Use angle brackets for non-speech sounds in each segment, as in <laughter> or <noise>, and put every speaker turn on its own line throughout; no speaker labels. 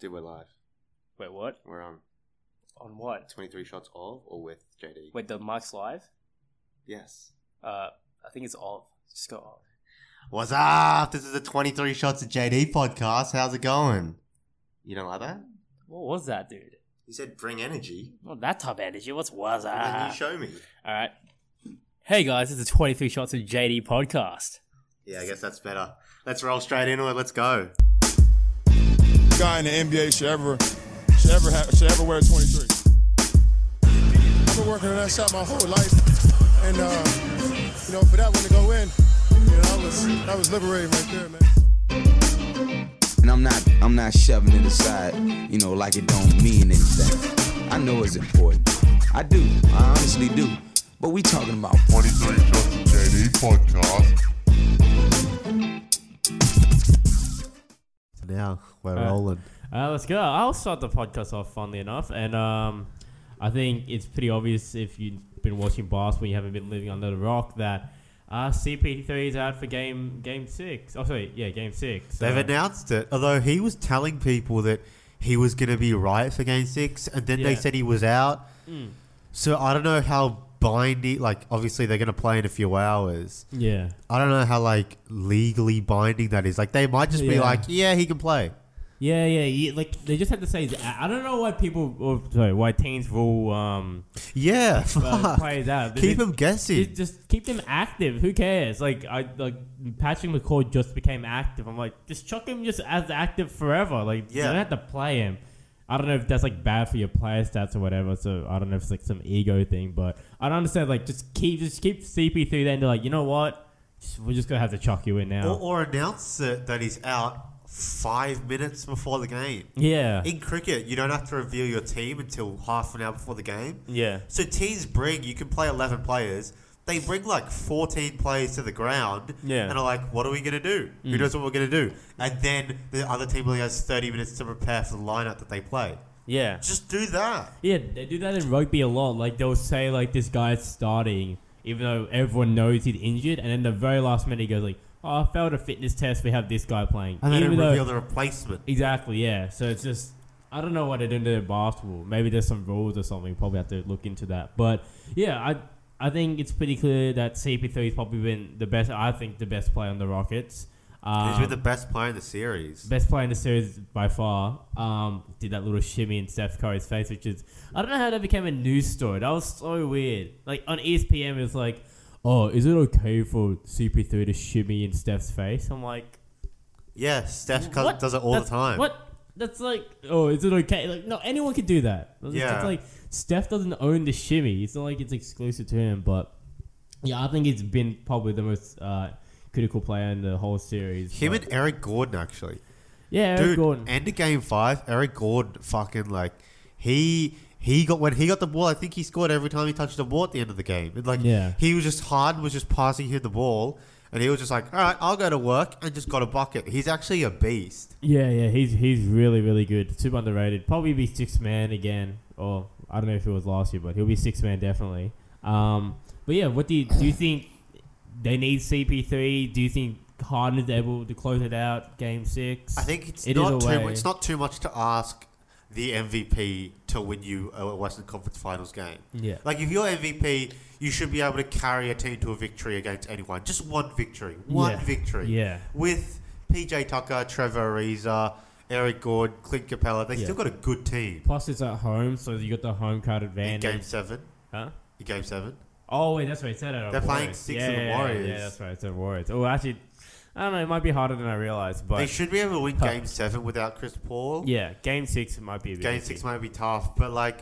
Dude, we're live.
Wait, what?
We're on
On what?
23 shots of or with JD.
Wait, the mic's live?
Yes.
Uh, I think it's of. Just go of.
What's up? This is the 23 shots of JD podcast. How's it going? You don't like that?
What was that, dude?
You said bring energy.
Not that type of energy. What's was
And then you
that?
show me.
All right. Hey guys, it's the 23 Shots of JD podcast.
Yeah, I guess that's better. Let's roll straight into it. Let's go.
guy in the NBA should ever should ever have, should ever wear 23. I've been working on that shot my whole life, and uh, you know for that one to go in, you know that was that was liberating right there, man.
And I'm not I'm not shoving it aside, you know, like it don't mean anything. I know it's important. I do. I honestly do. But we talking about
23 Shots of JD podcast.
Now we're
Alright.
rolling.
Uh, let's go. I'll start the podcast off, funnily enough. And um, I think it's pretty obvious if you've been watching basketball, you haven't been living under the rock, that uh, CP3 is out for game game six. Oh, sorry. Yeah, game six. So-
They've announced it, although he was telling people that he was going to be right for Game Six, and then they
Yeah. Hmm.
said he was out. So I don't know how binding. Like, obviously, they're going to play in a few hours.
yeah.
I don't know how like legally binding that is. Like, they might just be
Yeah.
like, "Yeah, he can play."
Yeah, yeah, yeah. Like, they just have to say, he's out. I don't know why people, or sorry, why teens rule
<laughs>
um,
Yeah,
uh,
fuck.
players out. They-
keep
they-
him guessing.
Just, just keep them active. Who cares? Like I like Patrick McCord just became active. I'm like, just chuck him just as active forever. Like you
Yeah.
don't have to play him. I don't know if that's like bad for your player stats or whatever. So I don't know if it's like some ego thing, but I don't understand. Like just keep just keep CP through. Then they're like, you know what? Just, we're just gonna have to chuck you in now.
or, or announce it that he's out five minutes before the game.
yeah,
In cricket, you don't have to reveal your team until half an hour before the game.
yeah,
So teams bring you can play eleven players. They bring like fourteen players to the ground,
Yeah. Mm.
and are like, "What are we gonna do? Who knows what we're gonna do?" And then the other team only has thirty minutes to prepare for the lineup that they play.
yeah.
Just do that.
Yeah, they do that in rugby a lot. Like they'll say like this guy's starting, even though everyone knows he's injured, and then the very last minute he goes like, "Oh, I failed a fitness test. We have this guy playing."
And then
Even though-
reveal the replacement.
exactly, yeah. So it's just I don't know what they do to basketball. Maybe there's some rules or something. Probably have to look into that. But yeah, I I think it's pretty clear that CP3 has probably been the best. I think the best player on the Rockets. Um,
He's been the best player in the series.
Best player in the series by far. Um, did that little shimmy in Steph Curry's face, which is I don't know how that became a news story. That was so weird. Like on E ESPN, it was like, "Oh, is it okay for CP3 to shimmy in Steph's face?" I'm like,
Yeah, Steph Curry
"What?
does it all
That's-
the time.
What? That's like, oh, is it okay? Like, no, anyone could do that. It's
Yeah.
just like Steph doesn't own the shimmy. It's not like it's exclusive to him, but yeah, I think it's been probably the most uh, critical player in the whole series.
Him
But-
and Eric Gordon actually.
yeah, Eric
Dude,
Gordon.
end of game five, Eric Gordon fucking like he he got when he got the ball, I think he scored every time he touched the ball at the end of the game. And like
Yeah.
he was just Harden was just passing him the ball and he was just like, All right, I'll go to work and just got a bucket. He's actually a beast.
Yeah, yeah, he's he's really really good. Super underrated. Probably be six man again, or I don't know if it was last year, but he'll be six man definitely. Um, but yeah, what do you do? You think they need CP three? Do you think Harden is able to close it out Game Six?
I think it's
It is
not
a
too
way.
much, it's not too much to ask the MVP to win you a Western Conference Finals game.
Yeah.
Like if you're MVP, you should be able to carry a team to a victory against anyone. Just one victory. One
Yeah.
victory.
Yeah.
With PJ Tucker, Trevor Ariza, Eric Gordon, Clint Capella, they
Yeah.
still got a good team.
Plus, it's at home, so you got the home crowd
In
advantage.
game seven.
Huh?
In game seven.
Oh wait, that's right. It's at uh,
They're playing
Warriors.
six
yeah,
of the
yeah, yeah,
Warriors.
Yeah, that's right. It's at Warriors. Oh, actually, I don't know. It might be harder than I realized, but
They should be able to win
Huh.
game seven without Chris Paul.
yeah, Game Six might be a bit
Game
iffy.
six might be tough, but like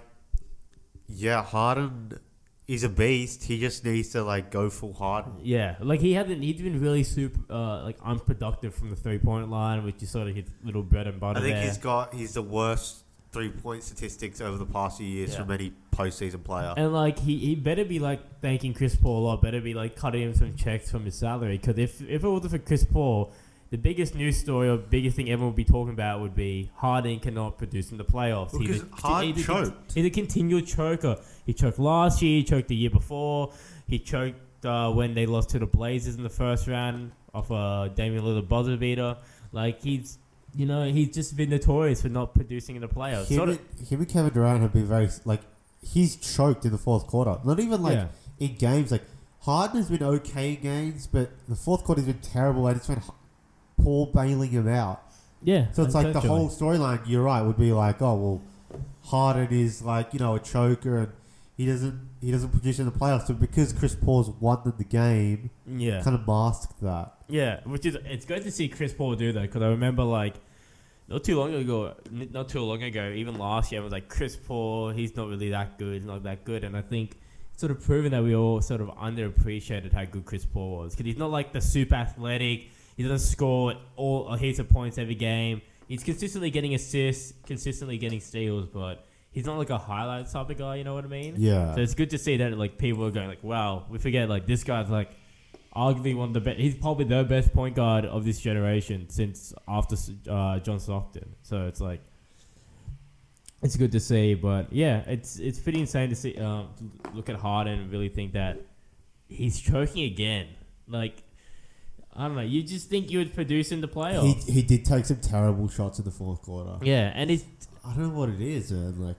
yeah, Harden is a beast. He just needs to like go full Harden.
Yeah, like he hasn't. He's been really super, uh, like unproductive from the three point line, which is sort of his little bread and butter.
I think
there.
he's got he's the worst three point statistics over the past few years
Yeah.
from any postseason player.
and like he, he better be like thanking Chris Paul a lot. Better be like cutting him some checks from his salary. Because if if it wasn't for Chris Paul, the biggest news story or biggest thing everyone would be talking about would be Harden cannot produce in the playoffs.
Because
conti-
Harden
he's a con-
choked.
he's a continual choker. He choked last year. He choked the year before. He choked uh, when they lost to the Blazers in the first round off a uh, Damian Lillard buzzer beater. Like he's you know, he's just been notorious for not producing in the playoffs.
Him,
Sort of,
and- him and Kevin Durant have been very like he's choked in the fourth quarter. Not even like
Yeah.
in games. Like Harden has been okay in games, but the fourth quarter has been terrible, and it's been h- Paul bailing him out.
yeah.
So it's like the
essentially.
whole storyline. You're right. Would be like, oh well, Harden is like you know a choker and he doesn't he doesn't produce in the playoffs. But because Chris Paul's won the- the game,
Yeah.
kind of masked that.
Yeah, which is it's good to see Chris Paul do that because I remember like not too long ago, n- not too long ago, even last year, I was like Chris Paul, he's not really that good, he's not that good, and I think it's sort of proven that we all sort of underappreciated how good Chris Paul was because he's not like the super athletic. He doesn't score all a heaps of points every game. He's consistently getting assists, consistently getting steals, but he's not like a highlight type of guy. You know what I mean?
Yeah.
So it's good to see that like people are going like, wow, we forget like this guy's like arguably one of the best. He's probably the best point guard of this generation since after uh, John Stockton. So it's like it's good to see, but yeah, it's it's pretty insane to see um, to look at Harden and really think that he's choking again. Like I don't know, you just think you would produce in the
He,
playoffs.
he did take some terrible shots in the fourth quarter.
yeah, and it's
I don't know what it is, man. Like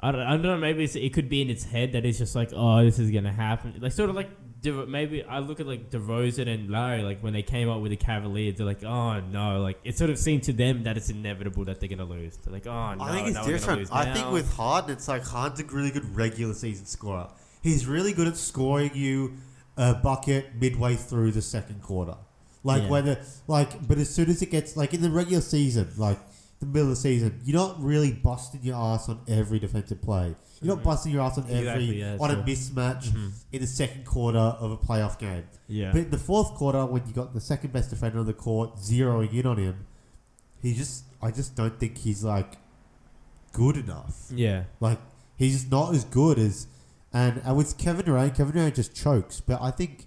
I don't, I don't know. Maybe it's, it could be in its head that it's just like, oh, this is gonna happen. Like sort of like De- maybe I look at like DeRozan and Larry, like when they came up with the Cavaliers, they're like, oh no, like it sort of seemed to them that it's inevitable that they're gonna lose. They're like, oh no,
I think it's
now we're gonna
different.
lose
I think
now."
with Harden, it's like Harden's a really good regular season scorer. He's really good at scoring you a bucket midway through the second quarter. Like
Yeah.
whether like, but as soon as it gets like in the regular season, like the middle of the season, you're not really busting your ass on every defensive play. You're not busting your ass on every
Exactly, yeah, Mm-hmm.
on a
so-
mismatch in the second quarter of a playoff game.
yeah,
But in the fourth quarter, when you got the second best defender on the court zeroing in on him, he just I just don't think he's like good enough.
yeah,
Like he's just not as good as and and with Kevin Durant, Kevin Durant just chokes. But I
<laughs>
think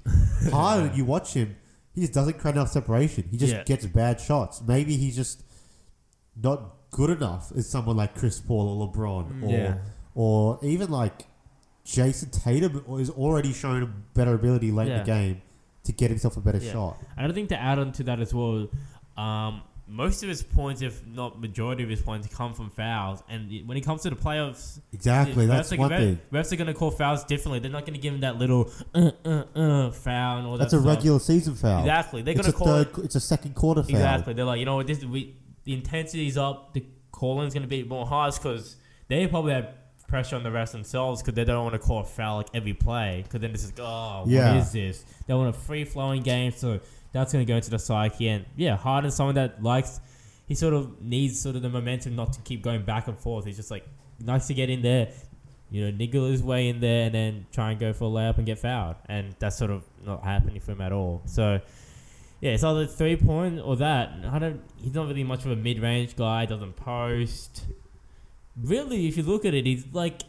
Harden, you watch him, he just doesn't create enough separation. He just
Yeah.
gets bad shots. Maybe he's just not good enough as someone like Chris Paul or LeBron or
Mm, yeah.
or even like Jason Tatum has already shown a better ability late in
Yeah.
the game to get himself a better
Yeah.
shot.
And I think to add on to that as well, um, most of his points, if not majority of his points, come from fouls. And when it comes to the playoffs,
Exactly,
Yeah,
that's
refs are-
one
ref-
thing.
Refs are going to call fouls differently. They're not going to give him that little uh, uh, uh, foul and all
That's
that
a
stuff.
regular season foul.
Exactly. They're going
Oh. It's
to
a
call
third.
it.
qu- It's a second quarter foul.
Exactly. They're like, you know what? This we the intensity's up. The calling's going to be more harsh because they probably have pressure on the refs themselves because they don't want to call a foul like every play because then it's like, oh,
Yeah.
what is this? They want a free flowing game, so that's going to go into the psyche. And yeah, Harden's someone that likes. He sort of needs sort of the momentum not to keep going back and forth. He's just like nice to get in there, you know, niggle his way in there and then try and go for a layup and get fouled. And that's sort of not happening for him at all. So, yeah, it's either three point or that. I don't. He's not really much of a mid range guy. Doesn't post. Really, if you look at it, he's like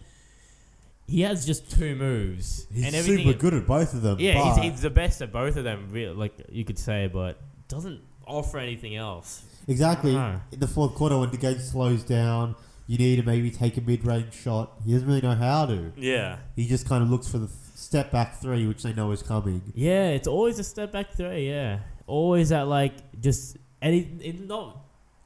he has just two moves and
He's
everything.
super good at both of them.
Yeah,
but-
he's, he's the best at both of them. Real, like you could say, but doesn't offer anything else.
exactly.
I dunno.
In the fourth quarter, when the game slows down, you need to maybe take a mid-range shot. He doesn't really know how to.
Yeah.
He just kind of looks for the th- step back three, which they know is coming.
Yeah, it's always a step back three. Yeah, always that like just and he, it not.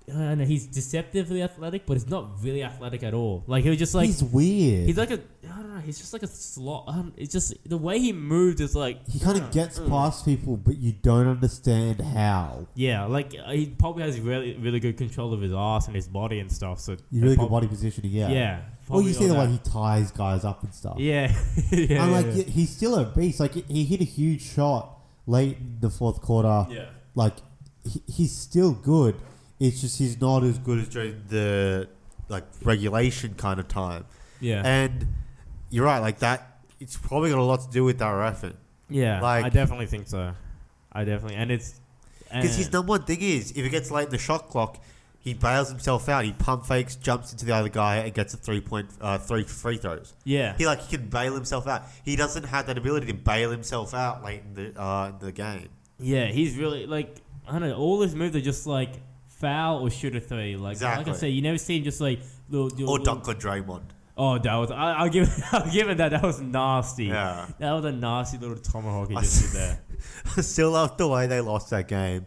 I don't know. He's deceptively athletic, but he's not really athletic at all. Like he was just like
he's weird.
He's like a, I don't know. He's just like a slot. Um, it's just the way he moved is like
he kind
Mm.
of gets past people, but you don't understand how.
yeah, like uh, he probably has really really good control of his ass and his body and stuff. So
You really
prob-
good body positioning, yeah.
Yeah.
Well,
probably
you see
all
the way
that.
he ties guys up and stuff.
Yeah. <laughs> yeah.
and like
yeah,
y- he's still a beast. Like he hit a huge shot late in the fourth quarter.
yeah.
Like he, he's still good. It's just he's not as good as during the like regulation kind of time.
Yeah.
And you're right. Like that, it's probably got a lot to do with that effort.
yeah.
like-
I definitely think so. I definitely and it's
Because his
and-
number one thing is if it gets late in the shot clock, he bails himself out. He pump fakes, jumps into the other guy, and gets a three point uh, three free throws.
yeah
He like he can bail himself out. He doesn't have that ability to bail himself out late in the uh, in the game.
yeah he's really like I don't know all his moves are just like foul or shoot a three like
Exactly.
like I say you never see him just like little, little
Or
little-
dunk on Draymond.
Oh, that was <laughs> I, I'll give I'll give it that. That was nasty.
Yeah.
That was a nasty little tomahawk he
I
just
s-
did there.
I <laughs> still love the way they lost that game.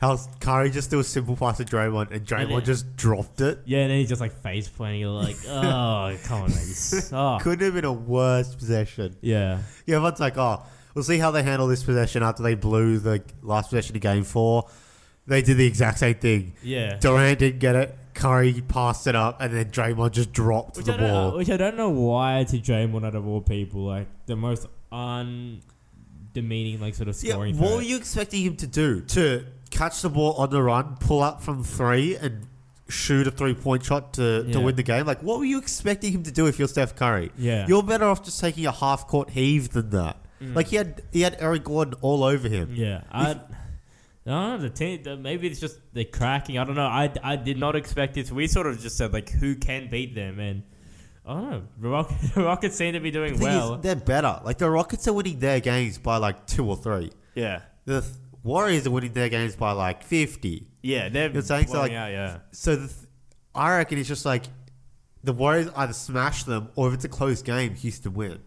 How Curry just threw a simple pass to Draymond and Draymond
then-
just dropped it.
Yeah, and then he's just like face planting.
<laughs>
You're like, oh, come on, man, you suck.
Couldn't have been a worse possession.
yeah,
Yeah, everyone's like, oh, we'll see how they handle this possession after they blew the last possession of game four. They did the exact same thing.
yeah.
Durant didn't get it. Curry passed it up, and then Draymond just dropped
Which
the
I, don't,
ball.
know- which I don't know why to Draymond out of all people, like the most undemeaning, like sort of
Yeah,
scoring.
what
threat.
were you expecting him to do? To catch the ball on the run, pull up from three, and shoot a three point shot to,
Yeah.
to win the game? Like, what were you expecting him to do if you're Steph Curry?
Yeah. Mm.
You're better off just taking a half court heave than that. Like, he had, he had Eric Gordon all over him.
Yeah, I, I don't know. The team, the- maybe it's just they're cracking. I don't know. I, I did not expect it. We sort of just said like, who can beat them? And I don't know. The Rockets, <laughs> the Rockets seem to be doing
The thing
well.
is, they're better. Like, the Rockets are winning their games by like two or three.
yeah,
The th- Warriors are winning their games by like 50.
yeah, they're
You're saying so,
blowing
like-
out. Yeah,
So the th- I reckon it's just like the Warriors either smash them or if it's a close game, Houston win.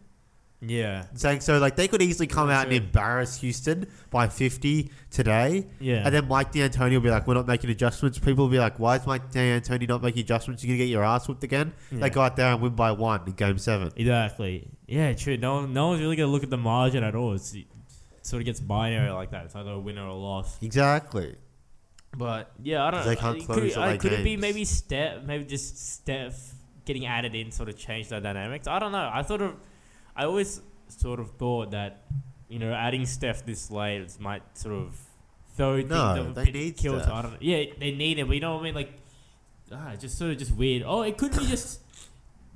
yeah,
Saying so, like they could easily come out and
Sure.
embarrass Houston by fifty today.
Yeah.
and then Mike D'Antoni will be like, "We're not making adjustments." People will be like, "Why is Mike D'Antoni not making adjustments? You're gonna get your ass whipped again." They go out there and win by one in Game Seven.
exactly. Yeah, true. No, one- no one's really gonna look at the margin at all. It's, it sort of gets binary like that. It's either a win or a loss.
Exactly.
But yeah, I don't.
They can't
it
close
could, it-
all
I-
their
could it be
games.
maybe Steph? Maybe just Steph getting added in sort of changed their dynamics. I don't know. I sort of, I always sort of thought that, you know, adding Steph this late is- might sort of throw things
No,
off a
they
bit,
need
kill
Steph.
I don't. Yeah, they need him. But you know what I mean? Like, ah, it's just sort of just weird. Oh, it could be just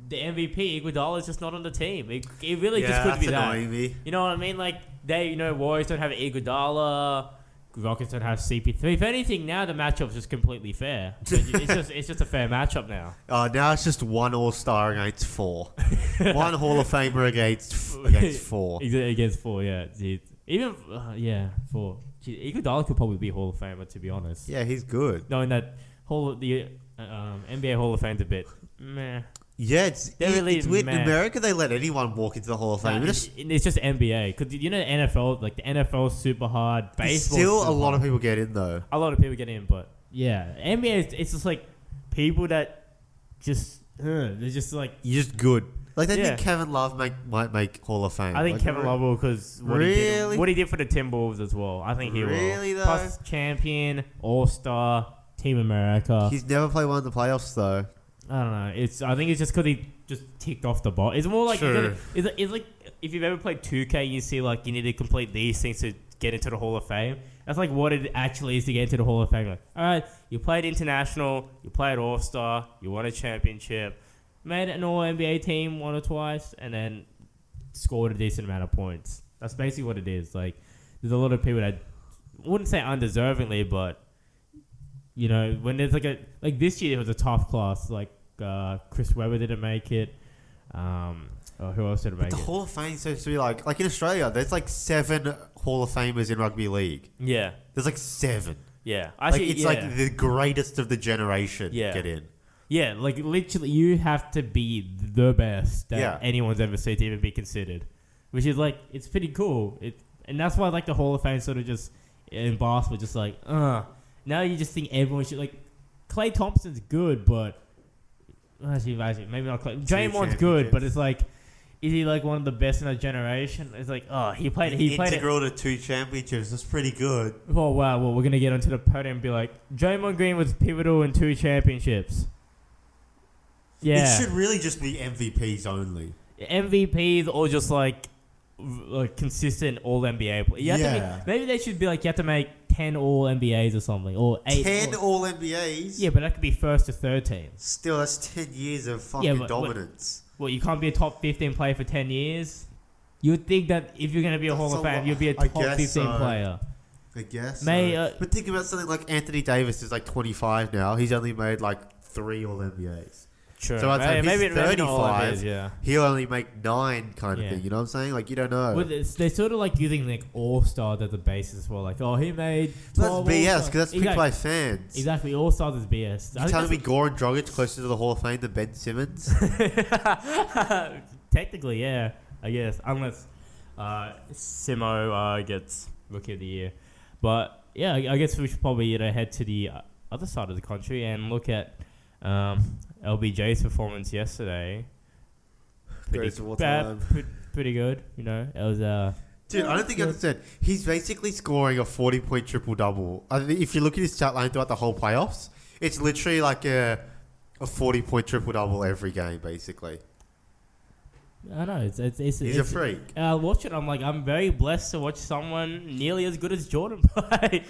the MVP Iguodala is just not on the team. It, it really just could be that.
me.
You know what I mean? Like they, you know, Warriors don't have Iguodala, Rockets don't have CP3. If anything, now the matchup's just
<laughs>
completely fair. it's just it's just a fair matchup now.
Uh, now it's just one All Star against
<laughs>
four, one Hall of Famer against f- against four.
Against four, yeah. Dude. Even uh, yeah, four. Gee, Iguodala could probably be Hall of Famer to be honest.
Yeah, he's good.
Knowing that whole of the uh, um, NBA Hall of Fame's a bit meh.
Yeah, it's,
They're
it-
really
it's weird. In
mad.
America, they let anyone walk into the Hall of Fame.
Nah,
It
it's,
just-
it's just NBA because you know the NFL, like the NFL's super hard. Baseball
still, a lot of people get in though.
a lot of people get in, but yeah, NBA is it's just like people that just uh, they're just like
You're just good. Like they
Yeah.
think Kevin Love make, might make Hall of Fame.
I think
Like,
Kevin Love will because what, he
Really?
did, what he did for the Timberwolves as well. I think he
Really,
will.
though?
Plus champion, All Star, Team America.
He's never played one of the playoffs though.
I don't know. It's I think it's just because he just ticked off the box. It's more like you
Sure.
gotta- it's, like- it's like if you've ever played 2K, you see like you need to complete these things to get into the Hall of Fame. That's like what it actually is to get into the Hall of Fame. Like, all right, you played international, you played All Star, you won a championship, made an All NBA team one or twice, and then scored a decent amount of points. That's basically what it is. Like, there's a lot of people that wouldn't say undeservingly, but you know, when there's like a like this year it was a tough class. Like uh, Chris Webber didn't make it. Um, or who else didn't make
The
it?
Hall of Fame seems to be like like in Australia. There's like seven Hall of Famers in rugby league.
Yeah,
There's like seven.
yeah.
Like
Actually,
it's
yeah.
like the greatest of the generation
Yeah.
get in.
yeah, like literally, you have to be the best that
Yeah.
anyone's ever seen to even be considered, which is like it's pretty cool. It and that's why like the Hall of Fame sort of just in basketball just like uh now you just think everyone should like Clay Thompson's good, but actually, actually maybe not Clay. Draymond's good, but it's like. Is he like one of the best in our generation? It's like, oh, he played. He played. it-
to two championships. That's pretty good.
Oh wow! Well, we're gonna get onto the podium and be like, Draymond Green was pivotal in two championships. Yeah,
really just be MVPs only.
MVPs or just like v- like consistent All NBA. Play. You have to
Yeah.
make, maybe they should be like you have to make ten All NBAs or something or eight.
Ten
All-
All NBAs.
yeah, but that could be first to third teams.
Still, that's ten years of fucking
Yeah, but- but-
dominance.
Well, you can't be a top fifteen player for ten years. You would think that if you're gonna be a
That's
Hall
a
of Fame,
lot.
you'd be a
I
top
guess
fifteen
so.
player.
I guess.
May,
so.
uh,
but think about something like Anthony Davis is like 25 now. He's only made like three All NBAs.
Sure.
So I'd say if he's
maybe, maybe not all
35,
NBAs, yeah.
He'll only make nine, kind of
Yeah.
thing. You know what I'm saying? Like you don't know.
Well, it's, they're sort of like using like All Star as a basis for like, oh, he made.
that's
12
BS
All-Stars.
because that's picked
exactly.
by fans.
Exactly, All Stars is BS. I
You
think
telling me
that's-
Goran Dragic closer to the Hall of Fame than Ben
<laughs>
Simmons?
Technically, yeah, I guess unless uh, Simo uh, gets Rookie of the Year. But yeah, I I guess we should probably you know head to the uh, other side of the country and look at um, LBJ's performance yesterday.
Greatest of all
bad-
time.
pre- pretty good, you know. It was uh,
Dude, I don't think I understand. He's basically scoring a 40 point triple double. I think if you look at his stat line throughout the whole playoffs, it's literally like a, a 40 point triple double every game, basically.
I don't know. It's it's, it's,
He's a
it's
freak.
uh, watch it. I'm like, I'm very blessed to watch someone nearly as good as Jordan <laughs> play.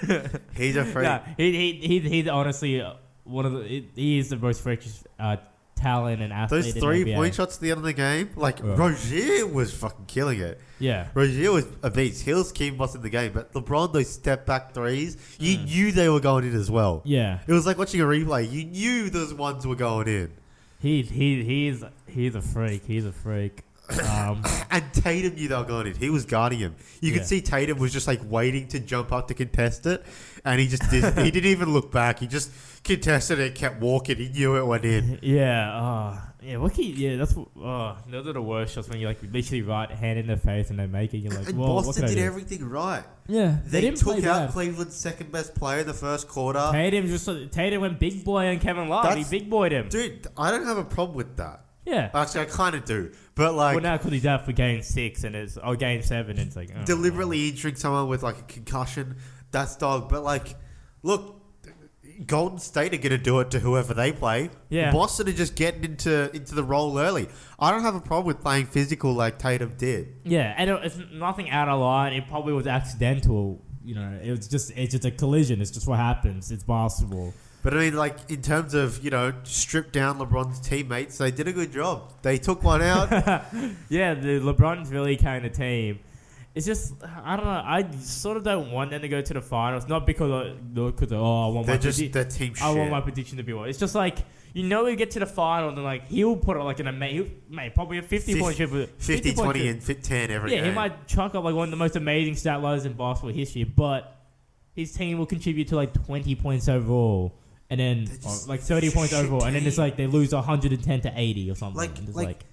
<laughs>
He's a freak.
no, he, he, he, he's honestly uh, one of the. He, he is the most freakish uh, talent and athlete.
Those
in
three
NBA.
point shots at the end of the game, like
Yeah.
Rozier was fucking killing it.
Yeah,
Rozier was a beast. Hills keep busting the game, but LeBron those step back threes, you knew they were going in as well.
Hmm. yeah.
It was like watching a replay. You knew those ones were going
<coughs>
in.
He he he's he's a freak. He's a freak.
<coughs>
Um,
And Tatum knew they were going in. He was guarding him. You
Yeah.
could see Tatum was just like waiting to jump up to contest it, and he just didn't, he didn't even look back. He just contested it, kept walking. He knew it went
<laughs>
in.
yeah. Uh, yeah. What can you- yeah. That's what- uh, those are the worst shots when you like literally right hand in the face and they make it. You're like,
And
well, what
Boston
can I
did
do?
everything right.
Yeah,
They,
didn't
took
play
out
bad.
Cleveland's second best player in the first quarter.
Tatum just Tatum went big boy on Kevin Love.
That's-
he big boyed him.
Dude, I don't have a problem with that.
yeah.
Actually, I kind of do, but like
well, now because he's out for game six and it's oh game seven and it's like oh.
deliberately injuring someone with like a concussion, that's dog. But like, look, Golden State are gonna do it to whoever they play.
Yeah.
Boston are just getting into into the role early. I don't have a problem with playing physical like Tatum did.
Yeah, and it- it's nothing out of line. It probably was accidental. You know, it was just it's just a collision. It's just what happens. It's basketball.
But I mean, like in terms of you know strip down LeBron's teammates, they did a good job. They took
<laughs>
one
Oh
out.
Yeah, the LeBron's really kind of team. It's just I don't know. I sort of don't want them to go to the finals. Not because of, not because of, oh I want
They're
my
just
predi-
their team shit.
I want my prediction to be what. It's just like you know we get to the finals and like he'll put it like an ama- he'll mate probably a fifty point triple
50,
50 point
20,
triple.
and 50, 10 every
Yeah,
game.
he might chuck up like one of the most amazing stat lines in basketball history, but his team will contribute to like 20 points overall. And then
just
or, like 30 points
shit
overall. And then it's
team.
like they lose 110 to 80 or something.
Like-
and it's
like-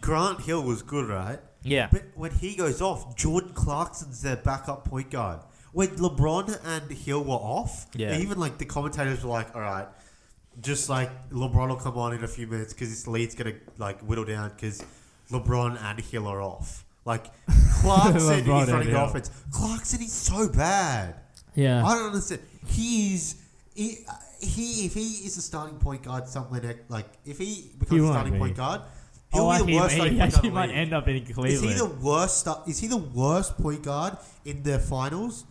Grant Hill was good, right?
yeah.
But when he goes off, Jordan Clarkson's their backup point guard. When LeBron and Hill were off,
Yeah.
even like the commentators were like, "All right, just like LeBron will come on in a few minutes because this lead's gonna like whittle down because LeBron and Hill are off."
<laughs>
Like Clarkson
LeBron
is
and
running the
Hill.
offense. Clarkson is so bad.
yeah.
I don't understand. He's he, he if he is a starting point guard somewhere next, like if he becomes a
won't
starting
be.
point guard,
Oh,
he'll be
actually,
the worst
he
starting point guard.
actually
in the
might <laughs>
league.
end up in
Is he the
Cleveland.
worst? stu- Is he the worst point guard in the finals?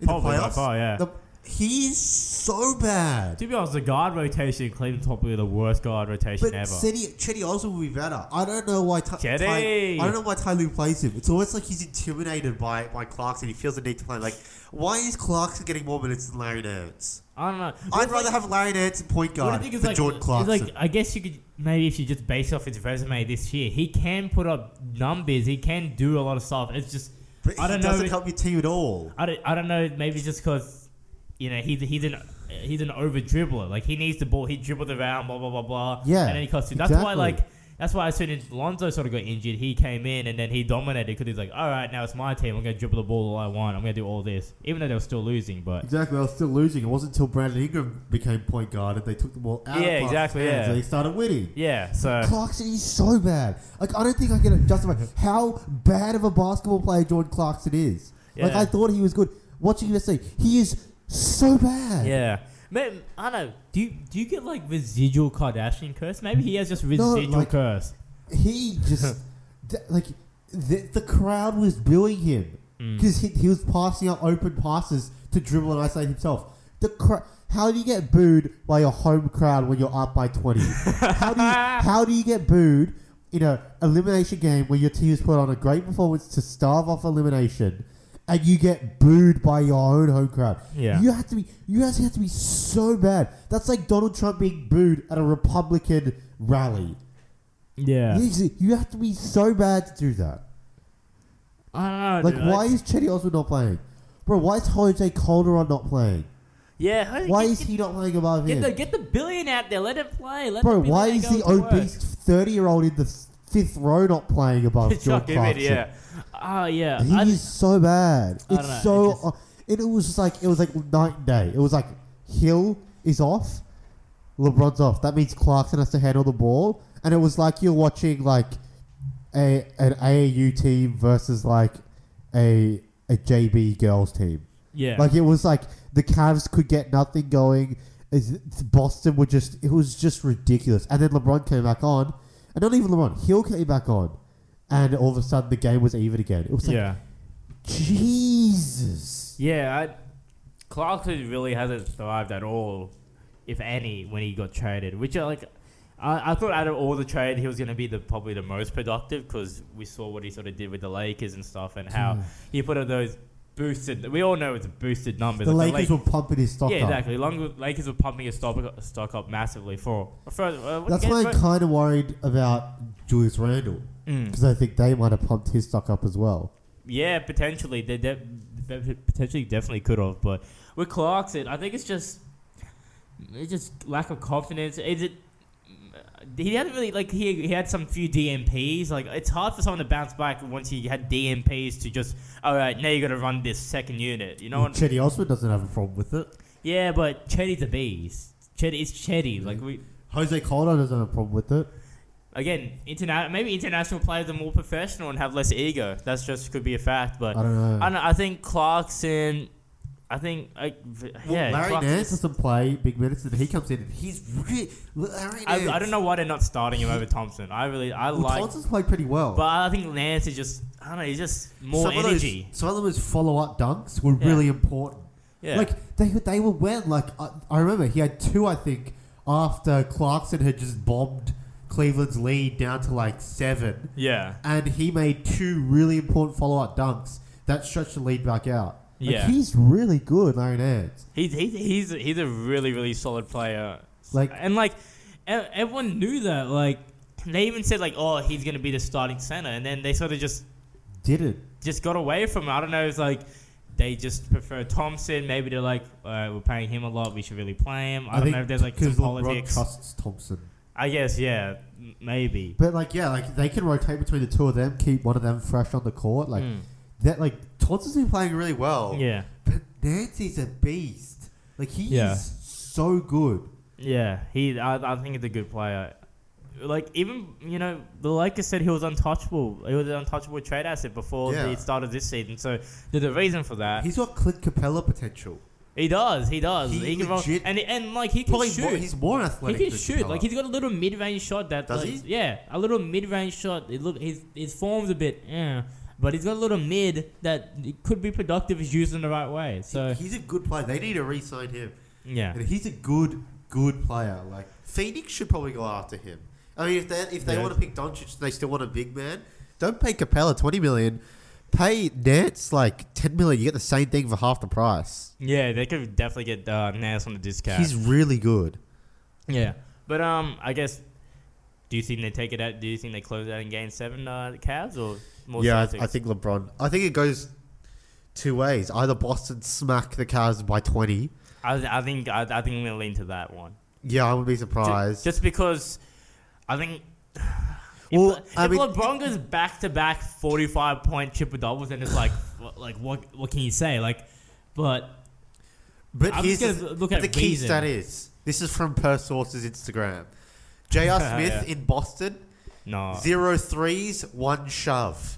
In
Probably
the
by
playoffs?
far, yeah.
The, he's so bad.
To be honest, the guard rotation in Cleveland's probably the worst guard rotation
But
ever.
Chetty, Chetty also will be better. I don't know why. Ty, Ty, I
Chetty!
don't know why Ty Lue plays him. It's almost like he's intimidated by by Clarkson. He feels the need to play. him. Like, why is Clarkson getting more minutes than Larry Nance?
I don't know.
I'd rather have Larry Nance at point
What I
guard
think is
than
like,
Jordan
is
Clarkson.
like, I guess you could maybe if you just base off his resume this year, he can put up numbers. He can do a lot of stuff. It's just
but
I don't
he
know.
doesn't help your team at all.
I don't, I don't know. Maybe just because you know he's he's an he's an over dribbler. Like he needs the ball. He dribbled around. Blah blah blah blah.
Yeah,
and then he costs it. That's why
exactly.
like that's why as soon as Lonzo sort of got injured, he came in and then he dominated because he's like, all right, now it's my team. I'm gonna dribble the ball all I want. I'm gonna do all this, even though they were still losing. But
Exactly, I was still losing. It wasn't until Brandon Ingram became point guard and they took the ball out.
Yeah,
of Clarkson's
exactly,
hands
yeah.
and they started winning.
yeah, so
Clarkson is so bad. Like I don't think I can justify how bad of a basketball player Jordan Clarkson is. Like
Yeah.
I thought he was good. Watching USC, he is so bad.
yeah. Man, I don't know. Do you, do you get like residual Kardashian curse? Maybe he has just residual
like-
curse.
He just th- like the, the crowd was booing him because he, he was passing out open passes to dribble and isolate himself. The cr- how do you get booed by your home crowd when you're up by twenty? how do you, how do you get booed in a elimination game where your team has put on a great performance to starve off elimination? And you get booed by your own home crowd.
Yeah.
you have to be. You guys have to be so bad. That's like Donald Trump being booed at a Republican rally.
Yeah,
Easy. You have to be so bad to do that.
I don't know.
Like,
dude.
why is Chetty Osman not playing? Bro, why is Jose Calderon not playing?
Yeah, I-
Why
get-
is he not playing above
Get the
him?
get the billion out there. Let it play. Let
Bro,
the
why is
billion go
the
to work.
obese 30 year old in the fifth row not playing above Jordan
Chuck Emmett,
Clarkson.
yeah. Ah, yeah.
He
I-
is so bad.
I
It's
don't know,
so.
it just-
uh, it, it was just like it was like night and day. It was like Hill is off, LeBron's off. That means Clarkson has to handle the ball, and it was like you're watching like a an AAU team versus like a a JB girls team.
yeah.
Like it was like the Cavs could get nothing going. Is- Boston were just it was just ridiculous. And then LeBron came back on, and not even LeBron, Hill came back on, and all of a sudden the game was even again. It was like
yeah.
Jesus.
Yeah, I, Clarkson really hasn't thrived at all, if any, when he got traded. Which are like, I, I thought out of all the trades, he was going to be the probably the most productive because we saw what he sort of did with the Lakers and stuff, and how he put up those boosted. We all know it's boosted numbers.
The
Like,
Lakers
Lak-
were pumping his stock
yeah,
up.
exactly. Long, Lakers were pumping his stock, stock up massively for. for uh,
That's
again, Mm.
why
for-
I'm kind of worried about Julius Randle because I think they might have pumped his stock up as well.
Yeah, potentially. They de- de- potentially definitely could have, but with Clarkson, I think it's just it's just lack of confidence. Is it? He hasn't really like he, he had some few DMPs. Like it's hard for someone to bounce back once he had DMPs to just all right now you got to run this second unit. You know what?
Chetty Osman doesn't have a problem with it.
yeah, but Chetty's a beast. Chetty it's Chetty. Like we
Jose Calder doesn't have a problem with it.
again interna- maybe international players are more professional and have less ego. That's just could be a fact. But
I don't know.
I don't know. I think Clarkson. I think like v- yeah.
Larry
Clarkson-
Nance doesn't play big minutes, and he comes in and he's really Larry Nance.
I, I don't know why they're not starting him over Thompson. I really I
Well,
like,
Thompson's played pretty well.
but I think Nance is just I don't know. He's just more
some Of
energy.
those, some of those follow-up dunks were
Yeah.
really important.
Yeah.
Like they they were when like I, I remember he had two I think after Clarkson had just bombed Cleveland's lead down to like seven,
yeah.
and he made two really important follow-up dunks that stretched the lead back out. Like,
Yeah.
he's really good, Larry Nance.
He's he's he's he's a really really solid player.
Like-
and like e- everyone knew that. Like they even said like oh he's gonna be the starting center, and then they sort of just
Did it?
just got away from it. I don't know. It's like. They just prefer Thompson. Maybe they're like, all right, we're paying him a lot. We should really play him. I, don't know if there's like some
because LeBron
politics.
trusts Thompson.
I guess, yeah, m- maybe.
But like, yeah, like they can rotate between the two of them, keep one of them fresh on the court. Like that, like Thompson's been playing really well.
Hmm. Yeah,
but Nancy's a beast. Like he
Yeah.
is so good.
yeah. He, I, I think he's a good player. Like even you know the Lakers said he was untouchable. He was an untouchable trade asset before
Yeah.
the start of this season. So there's a reason for that.
He's got Clint Capella potential.
he does. He does.
He
He, can roll,
legit-
and and like he can
Probably
shoot.
more, he's more
he
athletic.
can
than
shoot.
Capella.
Like he's got a little mid-range shot that.
Does
like,
he?
Yeah, a little mid-range shot. It look his his form's a bit. Yeah, but he's got a little mid that it could be productive if used in the right way. So
he's a good player. They need to re-sign him.
yeah,
And he's a good, good player. Like Phoenix should probably go after him. I mean, if they if they
Yeah.
want to pick Doncic, and they still want a big man. Don't pay Capella twenty million. Pay Nance like ten million. You get the same thing for half the price.
yeah, they could definitely get uh, Nas on the discount.
He's really good.
Yeah, but um, I guess. Do you think they take it out? Do you think they close it out in Game Seven, uh, the Cavs, or more?
yeah,
Celtics?
I, I think LeBron. I think it goes two ways. Either Boston smack the Cavs by twenty.
I, I think I, I think I'm gonna lean to that one.
Yeah, I would be
Ju-
surprised.
Just because, I think. <sighs> If,
Well,
Le- if
I mean-
LeBron goes back to back forty five point triple doubles, then it's like, <laughs> what- like what what can you say? Like, but
but
I'm
here's
just
the,
gonna look at
the key
reason.
stat is this is from Per Source's Instagram.
<laughs>
J.R. Smith
Yeah.
in Boston
no,
Zero threes, one shove.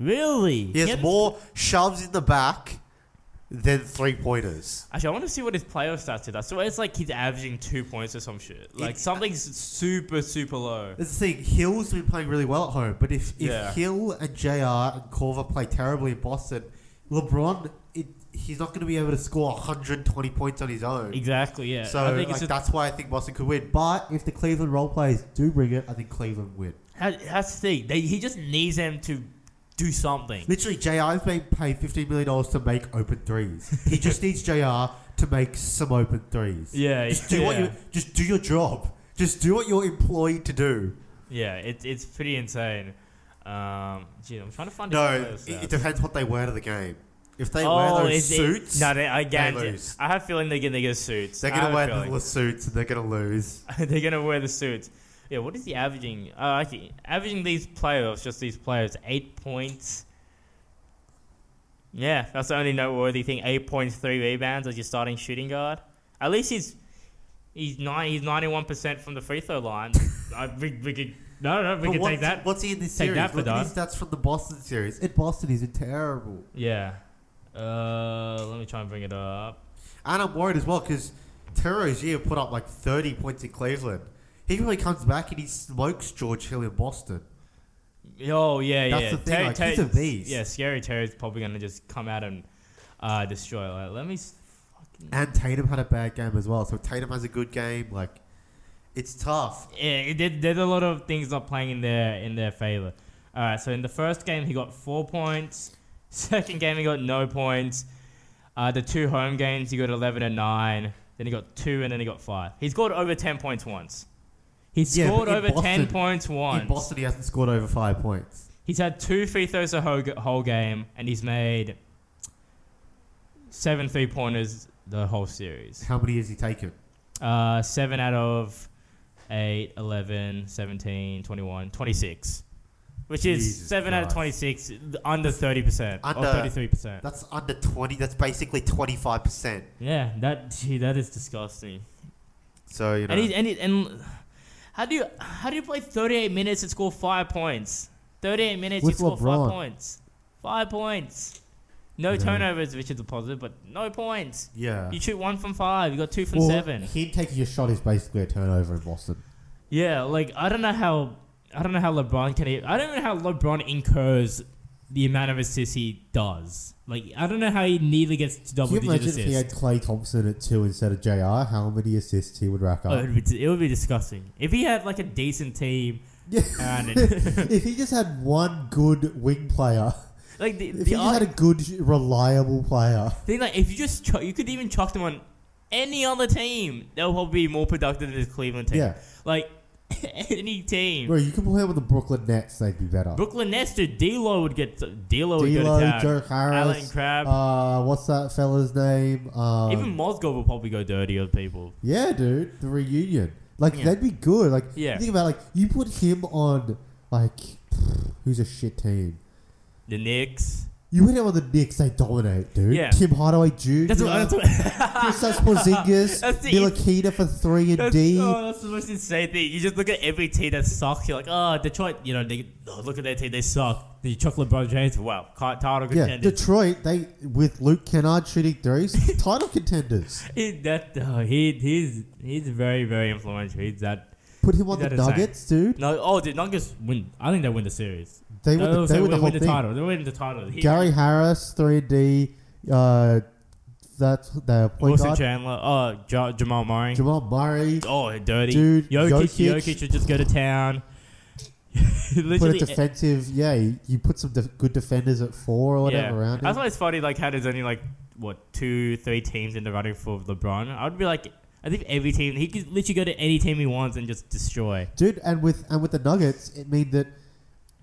really,
He has
Yeah,
more shoves in the back than three pointers.
Actually, I want to see what his playoff stats is. I swear it's like he's averaging two points or some shit. Like
It's-
something's super super low.
That's the thing. Hill's been playing really well at home, but if, if
Yeah.
Hill and JR and Corver play terribly in Boston, LeBron, it, he's not going to be able to score 120 points on his own.
Exactly. Yeah.
So
I think
like,
it's just,
that's why I think Boston could win. But if the Cleveland role players do bring it, I think Cleveland win.
that, that's the thing. They, he just needs them to do something.
Literally, JR's been paid $15 million to make open threes. he
<laughs>
just needs JR to make some open threes.
Yeah.
Just do what you just do your job. Just do what you're employed to do.
yeah. It, it's pretty insane. Um, gee, I'm trying to find.
No,
his
it,
playoff
it
stats.
depends what they wear to the game. If they
Oh,
wear those
is it-
suits,
no, they, I guarantee.
lose.
I have a feeling they're gonna get suits.
they're
I
gonna
have a
wear
feeling. <laughs>
the suits and they're gonna lose.
they're gonna wear the suits. Yeah, what is he averaging? Uh, actually, averaging these playoffs, just these players, eight points. Yeah, that's the only noteworthy thing. Eight points, three rebounds as your starting shooting guard. At least he's he's nine. He's ninety-one percent from the free throw
<laughs>
line. I, we, we could no, no, we
But
could
what's,
take that.
what's he in this
Take
series?
that for
Look at his
that.
stats from the Boston series. In Boston, he's been terrible.
Yeah. Uh, let me try and bring it up.
And I'm worried as well because Terrozier put up like 30 points in Cleveland. He really comes back and he smokes George Hill in Boston.
Oh yeah,
That's
yeah.
the thing,
Terry-
like, he's
Terry-
a beast.
Yeah, scary Terry's probably gonna just come out and uh, destroy. Like, let me. s- Fucking,
And Tatum had a bad game as well. So if Tatum has a good game. Like, it's tough.
yeah, it- there- there's a lot of things not playing in their in their favor. All right, so in the first game he got four points. <laughs> Second game he got no points. Uh, the two home games he got eleven and nine. Then he got two, and then he got five. He scored over ten points once. He
Yeah, but
scored
in
over ten
Boston-
points once.
In Boston, he hasn't scored over five points.
He's had two free throws the whole, whole game, and he's made seven three pointers the whole series.
How many has he taken?
Uh, seven out of 8, 11, 17, 21, 26. Which is
Jesus
7 out of
Christ.
26, under 30%.
Under-
or 33%.
That's under 20. That's basically 25%.
yeah, that, gee, that is disgusting.
So, you know.
And, he, and, he, and how do you how do you play 38 minutes and score five points? 38 minutes,
With
you score
LeBron.
five points. Five points. No turnovers, which is a positive, but no points.
yeah.
You shoot one from five. You got two from
Well,
seven.
Him taking a shot is basically a turnover in Boston.
Yeah, like I don't know how I don't know how LeBron can. e- I don't know how LeBron incurs the amount of assists he does. Like I don't know how he nearly gets to double
Can you
digit
imagine if he
assists.
had Clay Thompson at two instead of JR? How many assists he would rack
Oh, <laughs>
up?
it, would be, it would be disgusting if he had like a decent team.
Yeah.
around
<laughs>
it. <laughs>
if he just had one good wing player,
like the,
if
the
he
ar-
just had a good, reliable player,
Think like if you just chuck, you could even chuck them on any other team, they'll probably be more productive than the Cleveland team.
Yeah.
Like <laughs> any team.
bro, you can play with the Brooklyn Nets; they'd be better.
Brooklyn Nets dude, D'Lo would get D'Lo would go
D'Lo,
to town.
Joe Harris,
Allen Crabbe.
Uh, what's that fella's name? Um,
even Mozgov will probably go dirty on people.
yeah, dude, the reunion. Like
Yeah.
that'd be good. Like
Yeah.
think about it, like you put him on like <sighs> who's a shit team.
The Knicks.
You put him on the Knicks; they dominate, dude.
Yeah.
Tim Hardaway Jr.
That's what. That's what
<laughs> Christos Porzingis,
<laughs> That's the-
Nilakina for three and
That's,
D.
oh, that's the most insane thing. You just look at every team that sucks. You're like, oh, Detroit. You know, they oh, look at their team. They suck. The chocolate LeBron James. Wow, title
Yeah,
contenders.
Detroit. They with Luke Kennard shooting threes, title contenders.
<laughs> He, that uh, he he's he's very very influential. He's that
Put him on the
Is that insane?
Nuggets, dude.
no oh did Nuggets win? I think they win the series.
They
No,
win, the,
also
they win the whole thing.
title. They win the title. He-
Gary Harris, three and D. Uh, that's the point
Wilson
guard.
Chandler. Oh ja- Jamal Murray.
Jamal Murray.
oh dirty
Dude,
Jokic,
Jokic.
Jokic. should just go to town. <laughs>
Put a
Literally. eh,
defensive. Yeah, you, you put some def- good defenders at four or whatever
yeah.
around him.
That's why it's funny. Like how there's only like what two three teams in the running for LeBron. I would be like. I think every team he could literally go to any team he wants and just destroy.
dude. And with and with the Nuggets, it mean that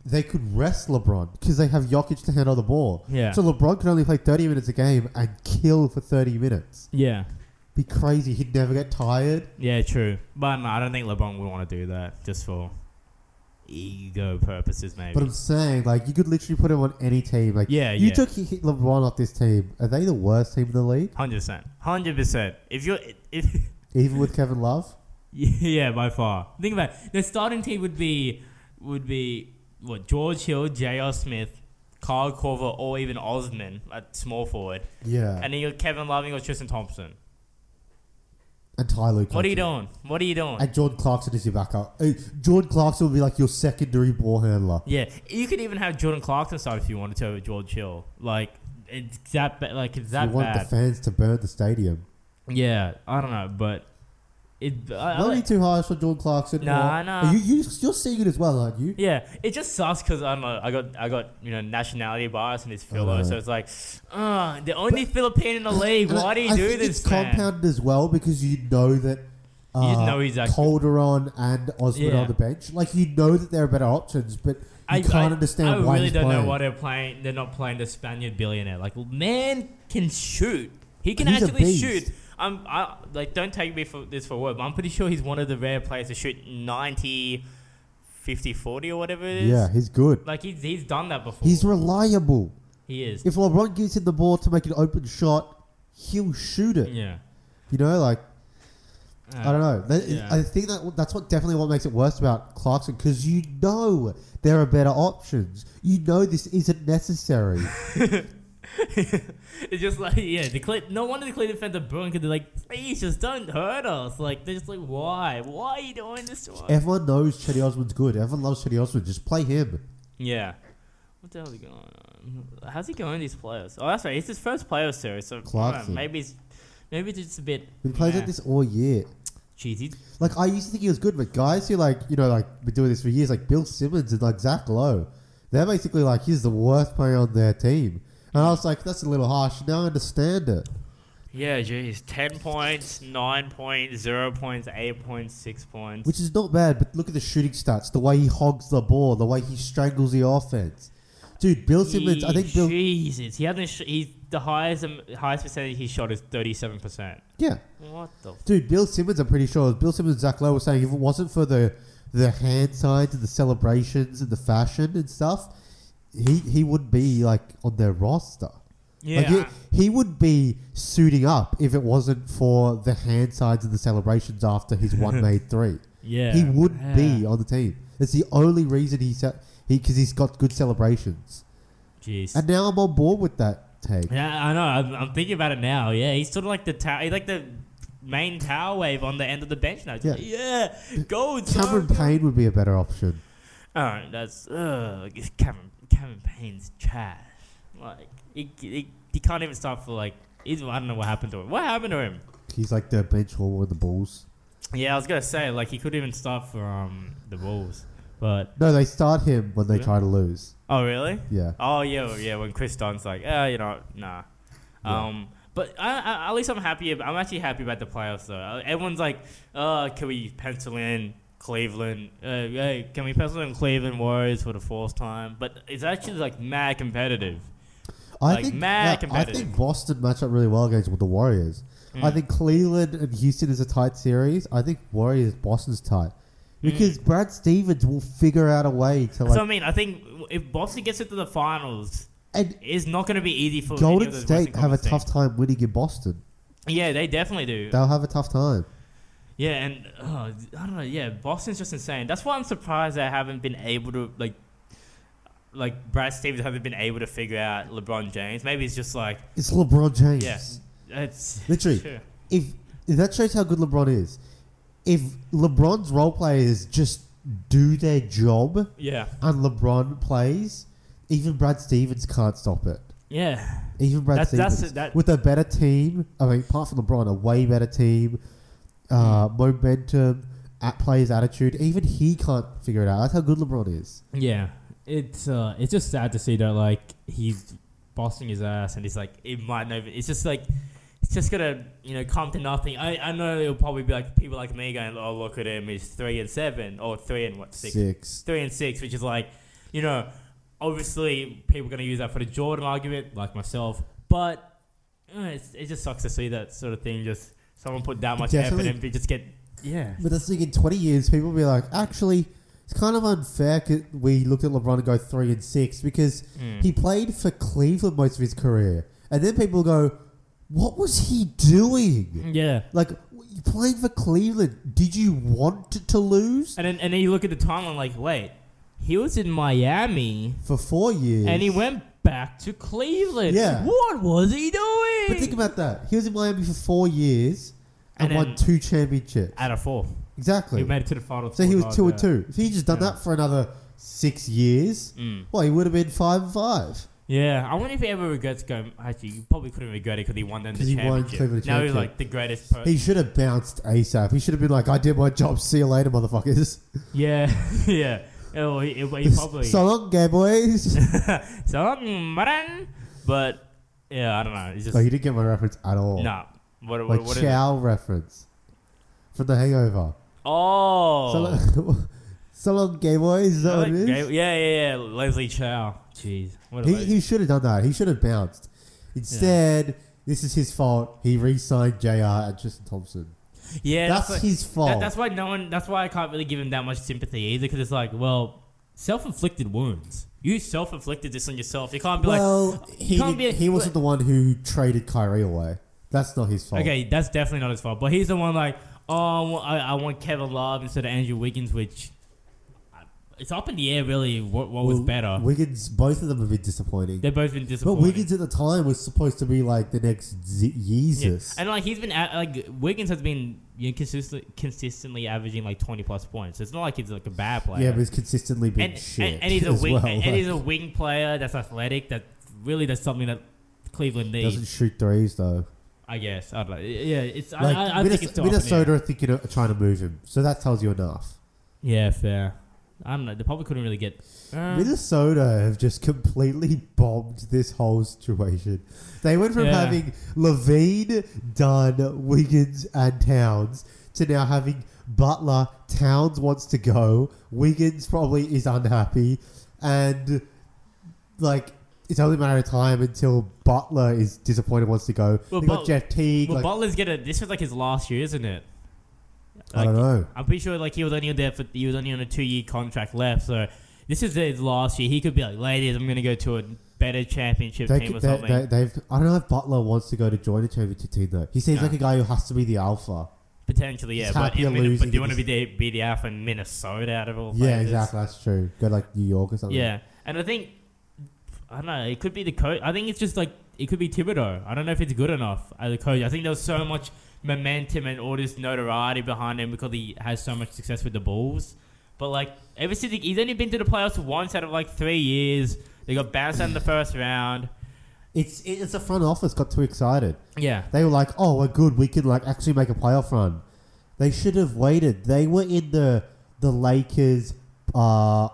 they could rest LeBron because they have Jokic to handle the ball.
Yeah.
So LeBron can only play thirty minutes a game and kill for thirty minutes.
Yeah,
Be crazy. He'd never get tired.
Yeah, true. But no, I don't think LeBron would want to do that just for ego purposes, maybe.
But I'm saying, like, you could literally put him on any team. Like,
Yeah,
you
yeah.
took He- He- LeBron off this team. Are they the worst team in the league,
Hundred percent, hundred percent. If you're, if <laughs>
even with Kevin Love?
yeah, by far. Think about it. the starting team would be would be what George Hill, J.R. Smith, Kyle Corver, or even Osman at small forward,
Yeah,
and
and,
then you got Kevin Love, and you got Tristan Thompson.
Tyler.
What are
Conklin.
you doing? What are you doing?
And Jordan Clarkson is your backup. Uh, Jordan Clarkson would be like your secondary ball handler.
Yeah, you could even have Jordan Clarkson start if you wanted to over George Hill. Like it's that ba- like it's that
you want
bad.
the fans to burn the stadium.
Yeah, I don't know, but it. I, I
Not be
like-
too harsh on Jordan Clarkson.
Nah,
or-
nah.
You, you, you're seeing it as well, aren't you?
yeah, it just sucks because I don't know. I got I got you know nationality bias in this Philo,
Uh.
so it's like, uh, the only Philippine in the league.
And
Why
I-
do you
I
do
think
this,
It's
man?
compounded as well because you know that. Uh,
just know he's actually-
Calderon and Osman
Yeah.
on the bench. Like you know that there are better options, but you
I
can't
I-
understand
I
why
really
he's
don't
playing.
know why they're playing. They're not playing the Spaniard billionaire. Like man can shoot. He can
He's a
actually
beast.
shoot. I'm I like don't take me for this for word, but I'm pretty sure he's one of the rare players to shoot 90, 50, 40 or whatever it is.
Yeah, he's good.
Like he's he's done that before.
He's reliable. <laughs>
he is.
If LeBron gives him the ball to make an open shot, he'll shoot it.
yeah.
You know, like I don't know. That-
yeah.
I think that that's what definitely what makes it worse about Clarkson because you know there are better options. You know this isn't
<laughs>
necessary.
It's just like yeah, the Cle- no wonder the Cleveland defender Bruin could be like, please just don't hurt us. Like they're just like, why? Why are you doing this to us?
Everyone knows Chetty Osman's good. Everyone loves Chetty Osman. Just play him.
yeah. What the hell is going on? How's he going these players? Oh, that's right. It's his first playoff series, so I don't know,
Clarkson.
maybe it's maybe it's just a bit.
He plays like this all year.
cheesy.
Like I used to think he was good, but guys who like you know like been doing this for years, like Bill Simmons and like Zach Lowe, they're basically like he's the worst player on their team. And I was like, that's a little harsh. Now I understand it.
Yeah, geez, ten points, nine points, zero points, eight points, six points.
which is not bad. But look at the shooting stats, the way he hogs the ball, the way he strangles the offense. Dude, Bill Simmons, I think Bill.
Jesus, he hasn't. Sh- he's the highest um, highest percentage he shot is thirty seven percent.
Yeah,
What the? F-
dude, Bill Simmons. I'm pretty sure Bill Simmons, and Zach Lowe were saying if it wasn't for the the hand signs and the celebrations and the fashion and stuff, he he would be like on their roster. Like,
yeah,
he, he would be suiting up if it wasn't for the hand signs and the celebrations after his one made three.
Yeah.
he would be on the team. It's the only reason he se- he because he's got good celebrations.
jeez.
And now I'm on board with that take.
Yeah, I know. I'm, I'm thinking about it now. Yeah, he's sort of like the tower, he's like the main tower wave on the end of the bench now. Just
Yeah.
like, yeah, go
Cameron
Payne.
Payne would be a better option.
All right, that's uh, Cameron Cameron Payne's trash. Like he, he, he can't even start for like. He's, I don't know what happened to him. What happened to him?
He's like the bench warmer with the Bulls.
Yeah, I was gonna say like he could even start for um the Bulls, but
No, they start him when they try to lose.
oh really?
Yeah,
Oh yeah, well, yeah. When Chris Dunn's like, uh, you know, nah. Um, but I, I, at least I'm happy. ab- I'm actually happy about the playoffs though. Uh, Everyone's like, uh, can we pencil in Cleveland? Uh, hey, can we pencil in Cleveland Warriors for the fourth time? But it's actually like mad competitive.
I
Like,
think
mad
yeah, I
competitive. Mm.
think Boston match up really well against the Warriors. I think Cleveland and Houston is a tight series. I think Warriors Boston's tight
Mm.
because Brad Stevens will figure out a way to like
so I mean, I think if Boston gets into the finals,
and
it's not going to be easy for any
Golden
of those
State
Western
have a
Conference
tough time winning in Boston.
teams. Yeah, they definitely do.
They'll have a tough time.
Yeah, and uh, I don't know. Yeah, Boston's just insane. That's why I'm surprised they haven't been able to like, like Brad Stevens hasn't been able to figure out LeBron James. Maybe it's just like,
It's LeBron James.
yeah, it's
Literally.
sure.
If that shows how good LeBron is. If LeBron's role players just do their job
yeah,
and LeBron plays, even Brad Stevens can't stop it.
yeah,
Even Brad
That's- that's-
Stevens
that-
with a better team. I mean, apart from LeBron, a way better team, uh,
Hmm.
momentum, at players attitude. Even he can't figure it out. That's how good LeBron is.
yeah.
It's uh, it's just sad to see that like he's
Boston his ass, and it's like it might not. Even, it's just like it's just gonna you know come to nothing. I, I know it'll probably be like people like me going, oh look at him, he's three and seven or three and what six,
Six.
three and six, which is like, you know, obviously people are going to use that for the Jordan argument, like myself. But uh, it's, it just sucks to see that sort of thing. Just someone put that much
Definitely.
effort in, but just get yeah,
But that's the thing. In twenty years, people will be like, actually, it's kind of unfair. 'cause We looked at LeBron and go three and six because he
Hmm.
played for Cleveland most of his career, and then people go, "What was he doing?
Mm. yeah.
Like you playing for Cleveland? Did you want to lose
And then and then you look at the timeline, like wait, he was in Miami
for four years?"
and he went back to Cleveland.
Yeah.
what was he doing?
But think about that. He was in Miami for four years and,
And
won
then-
two championships.
out of four,
Exactly.
he Oh, made it to the final.
So he
four,
was
like
two and
that.
two. If he just done that for another six years,
Hmm.
well, he would have been five and five.
Yeah, I wonder if he ever regrets going. Actually, you probably couldn't regret it because he won them the
'Cause he won
championship.
Cleveland
now he's
championship.
like the greatest. Per-
He should have bounced ASAP. He should have been like, I did my job. See you later, motherfuckers.
Yeah, <laughs> yeah. Oh, he, he
<laughs>
probably.
so long, gay
<laughs>
boys.
Son, Maran. But yeah, I don't know. It's just
oh, you didn't get my reference at all.
nah. What?
My
What? what is it?
chow reference from The Hangover. So,
Oh.
<laughs> long, so long, gay boys. Is that what it is?
yeah, yeah, yeah. Leslie Chow. Jeez. What a
He,
lady.
he should have done that. He should have bounced. Instead, this is his fault. He re-signed Jr. and Tristan Thompson.
Yeah,
That's
why-
his fault.
that- that's why no one. That's why I can't really give him that much sympathy either, because it's like, well, self-inflicted wounds. You self-inflicted this on yourself. You can't be
well,
like,
he
you can't
did-
be.
he wasn't the one who traded Kyrie away. That's not his fault.
Okay, that's definitely not his fault. But he's the one like, oh, I, I want Kevin Love instead of Andrew Wiggins, which I- it's up in the air really. What, what was
Well,
better?
Wiggins, both of them have been disappointing.
They've both been
but
disappointing.
Wiggins at the time was supposed to be like the next Z-
Yeah.
Jesus.
And like he's been at, like Wiggins has been you know, consistently consistently averaging like twenty plus points. So it's not like he's like a bad player.
Yeah, but it's consistently been
and,
shit.
and, and he's a
as
wing
well,
and,
like,
he's a wing player that's athletic. That really that's something that Cleveland needs.
doesn't shoot threes though.
I guess I don't know. Yeah, it's I,
Like,
I, I
Minnes-
think it's still up in the air.
Minnesota are thinking of trying to move him, so that tells you enough.
Yeah, fair. I don't know. They probably couldn't really get. Uh,
Minnesota have just completely <laughs> bombed this whole situation. They went from
Yeah.
having Levine, Dunn, Wiggins, and Towns to now having Butler. Towns wants to go. Wiggins probably is unhappy, and like it's only a matter of time until Butler is disappointed wants to go.
Well,
they got
But-
Jeff Teague.
well,
like,
Butler's gonna. This was like his last year, isn't it?
I don't
Like,
know.
I'm pretty sure like he was only there for he was only on a two year contract left, so this is his last year. He could be like, ladies, I'm gonna go to a better championship
They,
team or
they,
something.
they, they've. I don't know if Butler wants to go to join a championship team though. He seems
No.
like a guy who has to be the alpha.
Potentially, yeah.
Just
But,
happy
in
to
Min-
lose,
but
he
do you
could
want to be
just-
the be the alpha in Minnesota out of all?
Yeah,
places?
exactly. That's true. Go like New York or something.
Yeah, and I think I don't know. It could be the coach. I think it's just like it could be Thibodeau. I don't know if it's good enough as a coach. I think there was so much momentum and all this notoriety behind him because he has so much success with the Bulls. But like ever since he, he's only been to the playoffs once out of like three years. They got bounced out in the first round.
It's it's a front office got too excited.
Yeah,
They were like, "Oh, we're good. We can like actually make a playoff run." They should have waited. They were in the the Lakers, uh,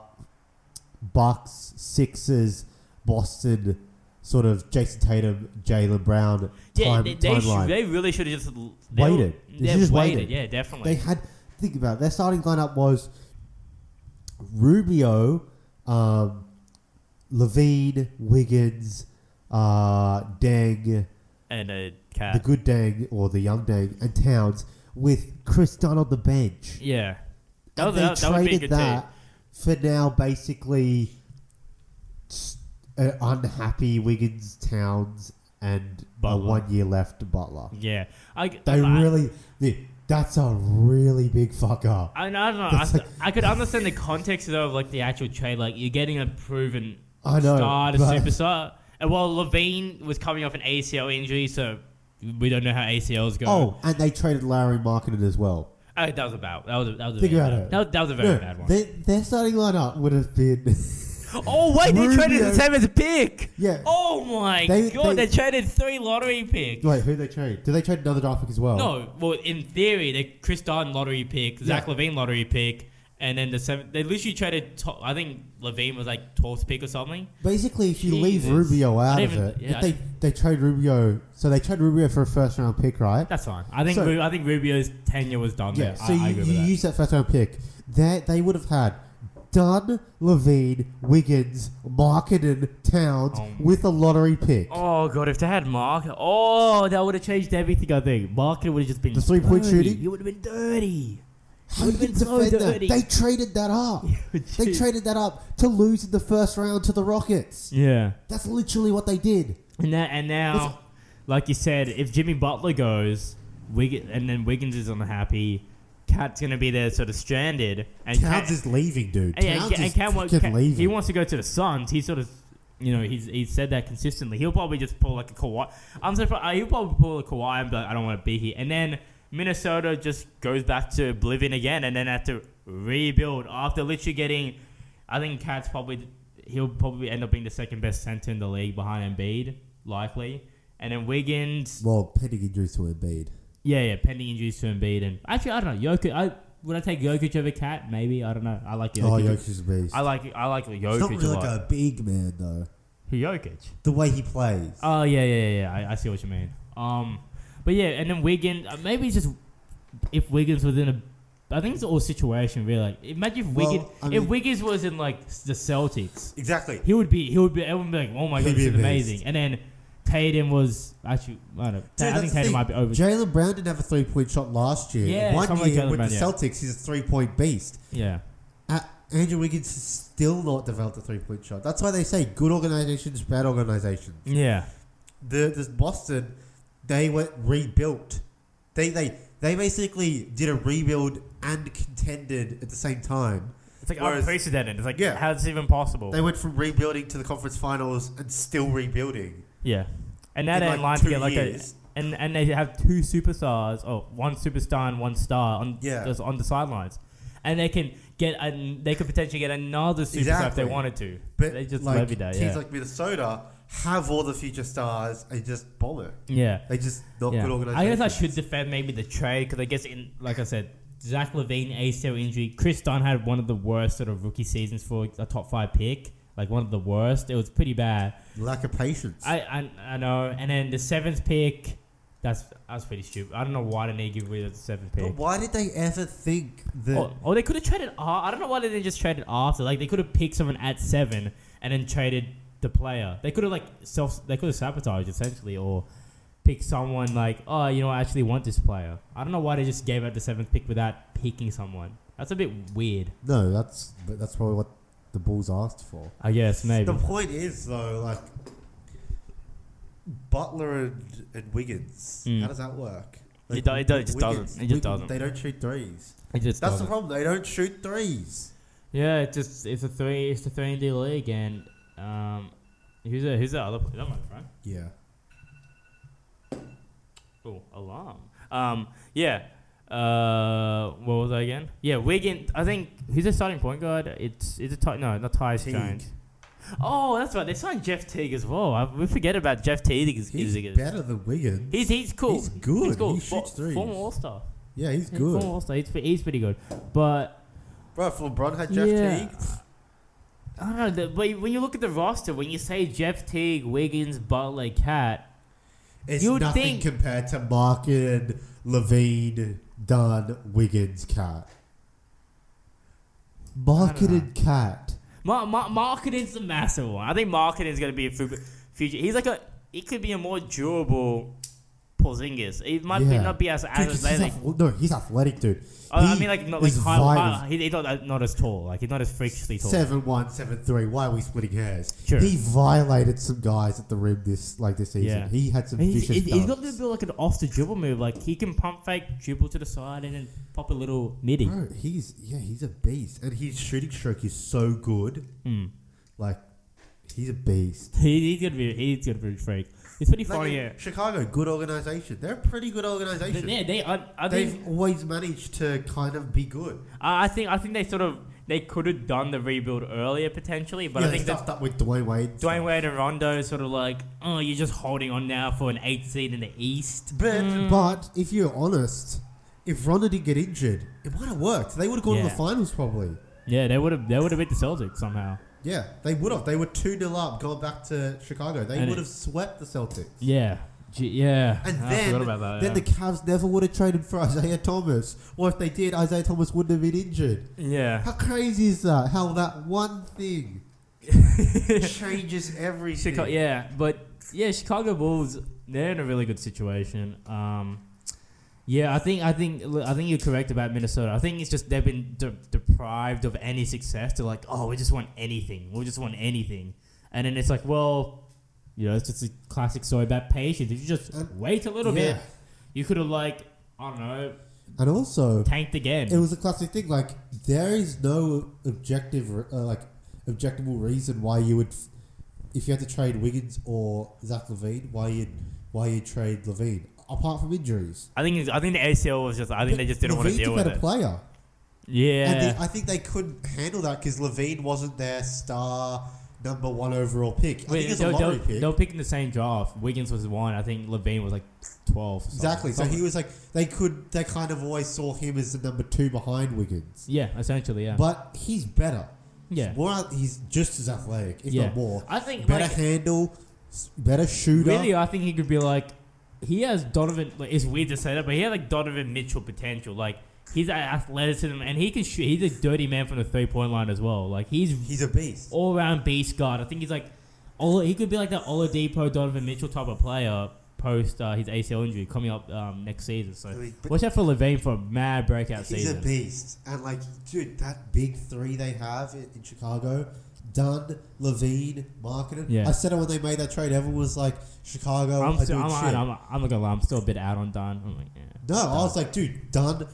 Bucks, Sixers, Boston, sort of Jason Tatum, Jalen Brown
yeah.
time,
they, they,
timeline.
should, they really should have just l- they
Waited.
were-
They
yeah,
should just
waited.
waited.
Yeah,
They
definitely.
had think about it, their starting lineup was Rubio, um, Levine, Wiggins, uh, Deng,
and uh, a
the
cat.
good Deng or the young Deng, and Towns with Chris Dunn on the bench.
yeah,
And
that was,
they
that, that would be a
traded
good team.
that for now basically s- an unhappy Wiggins, Towns, and a
Butler.
one year left Butler.
Yeah, I,
They
I-
really, they- that's a really big fuck up.
I, I don't know. I,
That's like-
I could understand the context though of like the actual trade. Like you're getting a proven
I know,
star to
but-
superstar. And while Levine was coming off an ACL injury, so we don't know how ACLs go.
Oh, and they traded Larry Markkinen as well.
Uh, that was about. That was a, that was a
Think
very
about
bad-
it.
That, was- that was a very
No,
bad one.
They, their starting lineup would have been.
oh wait, they traded the
Rubio-
same as a pick.
Yeah.
Oh my
They-
god,
they-
they, traded three lottery
<laughs>
picks.
Wait, who they trade? Did they trade another draft pick as well?
No, well, in theory, the Chris Dunn lottery pick, Zach
Yeah.
Levine lottery pick, and then the seven. They literally traded. To, I think Levine was like 12th pick or something.
Basically, if you leave
Jesus.
Rubio out
I
of
don't even-
it,
yeah,
if they they trade Rubio, so they trade Rubio for a first round pick, right?
That's fine. I think
So-
Ru- I think Rubio's tenure was done.
yeah.
Yeah,
So
I,
you,
I agree
you
with that.
use that first round pick. They they would have had Dunn, Levine, Wiggins, Markkinen, Towns
Oh my-
with a lottery pick.
Oh god, if they had Mark, oh that would have changed everything. I think Mark would have just been
The three-point
dirty.
shooting?
It would have been dirty.
How you
Would've
can
been so
defend that?
dirty. <laughs>
They traded that up. they
Jeez.
traded that up to lose in the first round to the Rockets.
Yeah,
That's literally what they did.
and that and now, like you said, if Jimmy Butler goes, Wiggins, and then Wiggins is unhappy, Cat's gonna be there, sort of stranded, and Cat-
leaving, dude.
And, yeah, and Cam won't- Cam- He wants to go to the Suns. He sort of, you know, he's he's said that consistently. He'll probably just pull like a Kawhi. I'm surprised. He'll probably pull a Kawhi and be like, I don't want to be here. And then Minnesota just goes back to oblivion again, and then have to rebuild after literally getting. I think Cat's probably he'll probably end up being the second best center in the league behind Embiid, likely. And then Wiggins,
well, pending injuries to Embiid.
yeah, yeah, pending injuries to Embiid, and actually I don't know Jokic. I would I take Jokic over Cat? Maybe I don't know. I like Jokic.
Oh, Jokic's a beast.
I like I like Jokic
He's not
a
really
lot.
like a big man though.
Who Jokic?
The way he plays.
Oh yeah, yeah, yeah. yeah. I, I see what you mean. Um, but yeah, and then Wiggins. uh, Maybe it's just if Wiggins was in a, I think it's all situation really. Like, imagine if
Well,
Wiggins,
I
if
mean-
Wiggins was in like the Celtics,
exactly.
he would be, he would be, everyone would be like, oh my
He'd
god,
be
this is
amazed.
amazing. And then Tatum was actually I don't know.
Dude,
I
that's
think
the
Tatum
thing.
might be over.
Jalen Brown didn't have a three point shot last year.
Yeah,
One
someone like
year
Jaylen
with
Brown,
the
yeah.
Celtics, he's a three point beast.
yeah,
Uh, Andrew Wiggins has still not developed a three point shot. That's why they say good organizations, bad organizations.
yeah,
The this Boston, they went rebuilt. They they they basically did a rebuild and contended at the same time.
It's like
Whereas-
unprecedented. It's like,
Yeah.
how is this even possible?
They went from rebuilding to the conference finals and still rebuilding.
yeah. And now
In,
they're in
like,
line to
two
get like a,
years.
and and they have two superstars, or one superstar and one star on
Yeah.
just on the sidelines, and they can get an, they could potentially get another superstar if
Exactly.
they wanted to.
But
they just
like,
levied that,
teams
yeah,
like Minnesota have all the future stars and just bother.
yeah.
They just not
Yeah.
good
I guess
organization.
I should defend maybe the trade because I guess in like I said, Zach Levine ACL injury. Chris Dunn had one of the worst sort of rookie seasons for a top five pick, like one of the worst. It was pretty bad.
Lack of patience.
I I, I know. And then the seventh pick, that's that's pretty stupid. I don't know why they need to give rid of the seventh pick.
but why did they ever think that?
Or, or they could have traded. ar- I don't know why they didn't just traded after. Like they could have picked someone at seven and then traded the player. They could have like self. They could have sabotaged essentially, or picked someone like, oh, you know, I actually want this player. I don't know why they just gave out the seventh pick without picking someone. That's a bit weird.
No, that's but that's probably what the Bulls asked for.
I guess maybe.
The point is though, like Butler and, and Wiggins,
Mm.
how does that work?
Hmm. It do- it do- it just doesn't. It just
Wiggins,
doesn't.
They don't shoot threes.
It just
That's
doesn't-
the problem. They don't shoot threes.
Yeah, it's just it's a three. It's the three and D league, and um, who's the who's the other? Is that my friend?
Yeah.
Oh, alarm. Um, yeah. Uh, what was I again? Yeah, Wigan. I think who's their starting point guard? It's is it Ty? No, not Tyus
Teague.
Jones. Oh, that's right. They signed Jeff Teague as well. I, we forget about Jeff Teague. Is,
He's
is a-
better than Wiggins.
He's he's cool.
He's good.
cool.
He shoots
Fo-
threes.
Former All Star.
yeah, he's
Former
good.
All Star. He's, pre- he's pretty good. But
Bro, if LeBron had Jeff
Yeah.
Teague, pff,
I don't know. The, but when you look at the roster, when you say Jeff Teague, Wiggins, Butler, Cat,
it's
You would
nothing
think-
compared to Markin, Levine, Dunn, Wiggins, Cat. Marketed Cat.
Mar- Mar- marketing's the massive one. I think marketing's going to be a fu- future. He's like a. He could be a more durable Porzingis. He might be,
Yeah.
not be as as
Dude, 'cause he's
athletic.
ath- no, he's athletic, dude.
Oh, I, I
He
mean, like not like
is
high,
violent.
high, he, he's not that- not as tall. Like he's not as freakishly tall.
Seven one, seven three. Why are we splitting hairs?
Sure.
He violated some guys at the rim this like this season.
Yeah.
He had some
And He's,
vicious.
he's- he's got
dunks.
the ability like an off the dribble move. Like he can pump fake, dribble to the side, and then pop a little midi.
Bro, he's yeah, he's a beast, and his shooting stroke is so good.
Hmm.
Like, he's a beast.
He, he's gonna be he's gonna be a freak. It's pretty
Like,
funny. yeah.
Chicago, good organization. They're a pretty good organization.
They, they, I, I think
They've always managed to kind of be good.
I I think I think they sort of they could have done the rebuild earlier potentially, but
yeah,
I think
they
that
stuffed up with Dwayne Wade.
Dwayne Wade and Rondo is sort of like, oh, you're just holding on now for an eight seed in the East.
But,
Mm.
but if you're honest, if Rondo didn't get injured, it might have worked. They would have gone to
Yeah.
the finals probably.
Yeah, they would have they would have beat the Celtics somehow.
Yeah, they would have. They were 2 0 up going back to Chicago. They
And
would
it-
have swept the Celtics.
Yeah, G- yeah.
And
I
then,
forgot about that,
then the Cavs never would have traded for <laughs> Isaiah Thomas. Or if they did, Isaiah Thomas wouldn't have been injured. <laughs>
yeah.
How crazy is that? How that one
<laughs>
thing changes everything.
Chicago, yeah, but yeah, Chicago Bulls, they're in a really good situation. Um, yeah, I think I think look, I think you're correct about Minnesota. I think it's just they've been de- deprived of any success. They're like, oh, we just want anything. We just want anything, and then it's like, well, you know, it's just a classic story about patience. If you just
And-
wait a little bit,
Yeah.
you could have like I don't know,
And also,
tanked again.
it was a classic thing. Like there is no objective, uh, like objectable reason why you would, if you had to trade Wiggins or Zach Levine, why you would why you would trade Levine apart from injuries.
I think it's, I think the ACL was just I think they just didn't want to
Levine's
deal
a
with
better
it.
player. And
Yeah,
they, I think they couldn't handle that because Levine wasn't their star number one overall pick. I
Wait,
think it's
they,
a
were-
lottery
they, were-
pick.
they were picking the same draft. Wiggins was one. I think Levine was like twelve. or something.
Exactly. So
Something-
he was like they could they kind of always saw him as the number two behind Wiggins,
Yeah, essentially. Yeah.
but he's better.
yeah.
More, out- he's just as athletic, if
yeah.
not more.
I think
Better
like,
handle, s- better shooter.
really, I think he could be like he has Donovan. Like, it's weird to say that, but he had like Donovan Mitchell potential. Like he's a- athleticism and he can shoot. He's a dirty man from the three point line as well. Like he's
He's a beast.
all round beast guard. I think he's like. Ola, he could be like that Oladipo, Donovan Mitchell type of player post uh, his ACL injury coming up um, next season. So
Really, but-
watch out for Levain for a mad breakout
He's
season.
a beast. And, like, dude, that big three they have in, in Chicago Dunn, Levine, Marketing.
Yeah.
I said it when they made that trade. Everyone was like, Chicago,
I'm,
are
still,
doing
I'm,
shit.
I'm, I'm not gonna lie, I'm still a bit out on Dunn. I'm like, yeah.
No, I was like, dude, Dunn,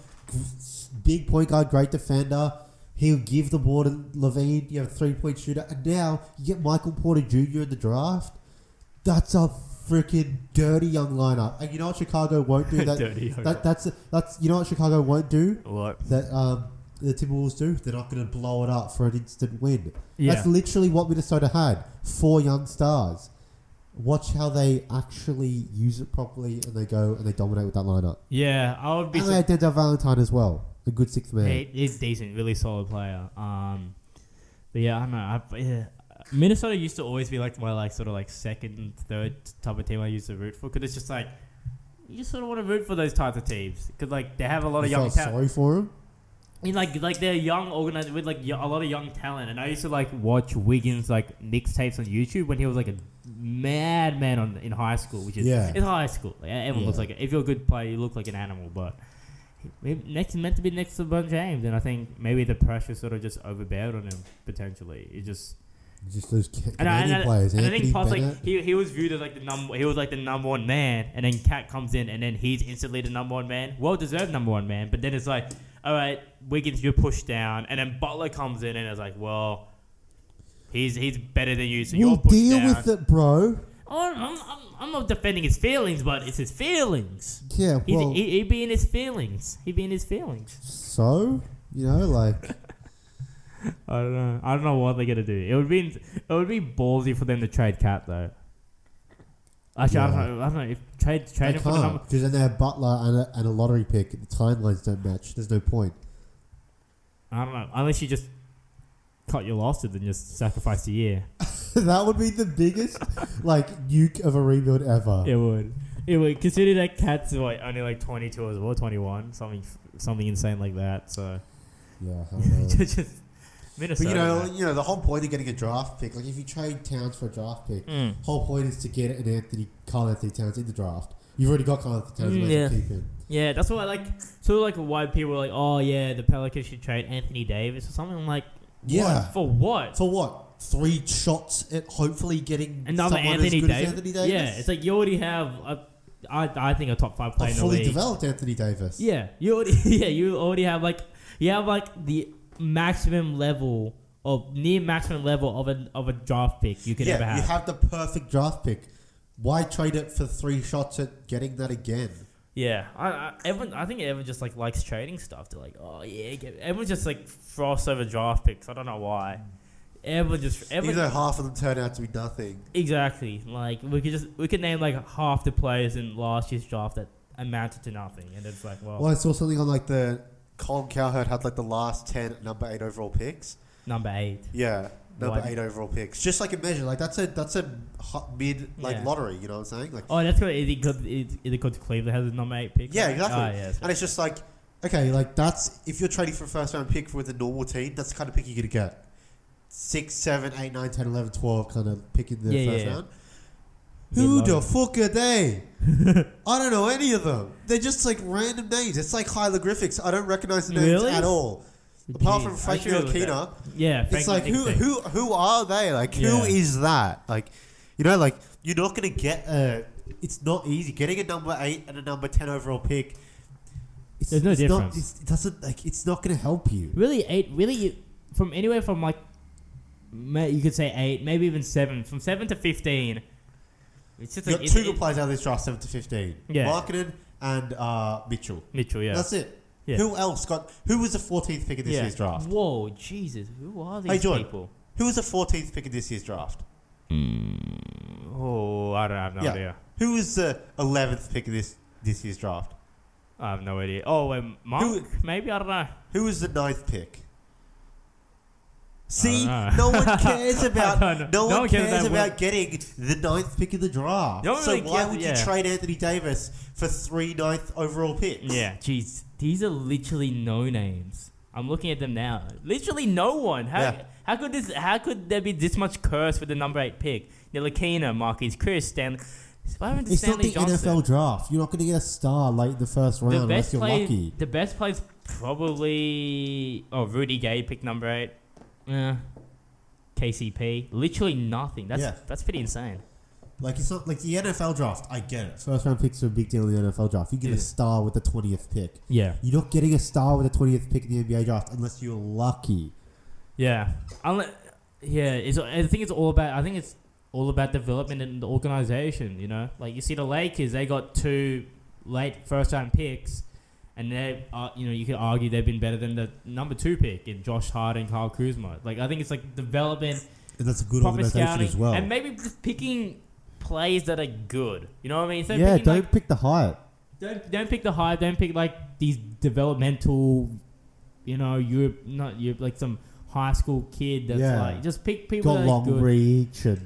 big point guard, great defender. He'll give the ball to Levine. You have a three point shooter, and now you get Michael Porter Jr. in the draft. That's a freaking dirty young lineup. And you know what Chicago won't
<laughs>
do that.
Dirty young
that that's that's you know what Chicago won't do
What?
that um, the Timberwolves do. They're not going to blow it up for an instant win.
Yeah.
That's literally what Minnesota had. Four young stars. Watch how they actually use it properly, and they go and they dominate with that lineup.
Yeah, I would be.
And they had Denzel Valentine as well. A good sixth man.
He, he's decent, really solid player. Um, but yeah, I don't know. I, yeah. Minnesota used to always be like my like sort of like second, third type of team I used to root for because it's just like you just sort of want to root for those types of teams because like they have a lot of
You
young
felt
talent.
sorry for him.
I mean, like like they're young, organized with like y- a lot of young talent. And I used to like watch Wiggins like mixtapes on YouTube when he was like a madman on in high school, which is
Yeah.
it's high school. Like, e-, everyone looks
Yeah.
like if you're a good player, you look like an animal. But he- he- next meant to be next to LeBron James, and I think maybe the pressure sort of just overbeared on him potentially. It just
Just those Ca-
and I,
Canadian
and, I,
players.
and I
Anthony
think plus
Bennett.
like he, he was viewed as like the number he was like the number one man, and then Cat comes in, and then he's instantly the number one man, well deserved number one man. But then it's like, all right, Wiggins, you're pushed down, and then Butler comes in, and it's like, well, he's he's better than you, so
we'll
you're pushed
deal
down.
with it, bro.
I'm, I'm, I'm, I'm not defending his feelings, but it's his feelings.
Yeah,
He's,
well,
he, he be in his feelings. He be in his feelings.
so you know, like
I don't know. I don't know what they're gonna do. It would be it would be ballsy for them to trade Cat though. Actually,
Yeah.
I, don't know, I don't know if trade
they
trade him for the number.
can't because then they have Butler and a, and a lottery pick. The timelines don't match. There's no point. <laughs>
I don't know unless you just cut your losses and just sacrifice a year.
that would be the biggest like nuke of a rebuild ever.
It would. It would consider that Cat's like only like twenty two as well, twenty one, something something insane like that. So
Yeah, I know.
<laughs> just, just
But
Minnesota.
you know, you know, the whole point of getting a draft pick, like if you trade Towns for a draft pick,
Hmm.
whole point is to get an Anthony Carl Anthony Towns in the draft. You've already got Carl Anthony Towns,
Mm,
you might as well
yeah.
keep him.
Yeah, that's why like sort of like why people are like, oh yeah, the Pelicans should trade Anthony Davis or something I'm like. what?
Yeah.
For what?
For what? Three shots at hopefully getting
another
someone
Anthony,
as good
Davis.
as Anthony Davis.
Yeah, it's like you already have a, I, I think a top five
a
player in the
fully
league.
developed Anthony Davis.
Yeah, you already, <laughs> yeah you already have like you have like the maximum level of near maximum level of a of a draft pick you could
yeah,
ever have.
you have the perfect draft pick. Why trade it for three shots at getting that again?
Yeah, I, I everyone I think everyone just like likes trading stuff. They're like, oh yeah, get, everyone just like frosts over draft picks. I don't know why. Everyone just everyone,
Even though half of them turn out to be nothing.
exactly like we could just we could name like half the players in last year's draft that amounted to nothing, and it's like well,
Well, I saw something on like the Colin Cowherd had like the last ten number eight overall picks.
number eight.
Yeah, number
Right.
eight overall picks. Just like a measure, like that's a that's a ho- mid like
Yeah.
lottery. You know what I'm saying? Like,
Oh, that's good. Is it good? Is, is it good to Cleveland has a number eight pick?
yeah, exactly.
Ah, yeah,
and it's just like okay, like that's if you're trading for a first round pick with a normal team, that's the kind of pick you're gonna get. Six, seven, eight, nine, ten, eleven, twelve, kind of pick in the
Yeah,
first
yeah.
round. Who the
Mid-lottery.
fuck are
<laughs>
they? I don't know any of them. They're just like random names. It's like hieroglyphics. I don't recognize the names
Really?
at all. Apart from
Jeez, I
Frank
should have looked at-
Ntilikina,
yeah.
it's
Franklin
like who
Dixon.
who who are they? Like
Yeah.
who is that? Like you know, like you're not gonna get a. It's not easy getting a number eight and a number ten overall pick. It's,
There's no
it's not-
difference.
it's- it doesn't like it's not gonna help you.
Really eight. Really, you, from anywhere from like, ma- you could say eight, maybe even seven. From seven to fifteen, it's just
You
like
got
it-
two good
it-
players out of this draft, seven to fifteen.
Yeah.
Marketed and uh, Mitchell.
Mitchell, yeah.
That's it.
Yeah.
Who else got? Who was the 14th pick in this
yeah.
year's draft?
Whoa, Jesus, who are these
Hey, Jordan.
people?
Who was the 14th pick in this year's draft?
Oh, I don't I have no
Yeah.
idea.
Who was the 11th pick in this this year's draft?
I have no idea. Oh, um, Monk, maybe I don't know.
Who was the ninth pick? See,
know.
no one cares
<laughs> I don't know.
about no,
No
one
one
cares
cares about
about getting the ninth pick in the draft.
No one
so
really
why
cares-
would you
yeah.
trade Anthony Davis for three ninth overall picks?
Yeah, jeez, these are literally no names. I'm looking at them now. Literally no one. How,
Yeah.
how could this? How could there be this much curse with the number eight pick? Nilakina, Marquise Chris, Stan. What happened to
It's
Stanley
not the
Johnson?
NFL draft. You're not going to get a star late in the first round
the
unless
best
you're
play,
lucky.
the best play's probably oh Rudy Gay pick number eight. Yeah. KCP, literally nothing. That's
Yeah.
that's pretty insane.
Like it's not like the NFL draft. I get it. First round picks are a big deal in the NFL draft. You get a star with the twentieth pick.
Yeah,
You're not getting a star with the twentieth pick in the NBA draft unless you're lucky.
yeah. Unless, yeah, it's, I think it's all about. I think it's all about development in the organization. You know, like you see the Lakers, they got two late first round picks, and they, are you know, you could argue they've been better than the number two pick in Josh Hart and Kyle Kuzma. Like I think it's like development
And that's a good
proper
organization
scouting,
as well.
and maybe just picking plays that are good. You know what I mean? Instead of
yeah,
picking,
don't
like-
pick the hype.
don't don't pick the high. Don't pick like these developmental, you know, you're not you're like some high school kid that's
Yeah.
like just pick people
Got
that are
long
good.
reach and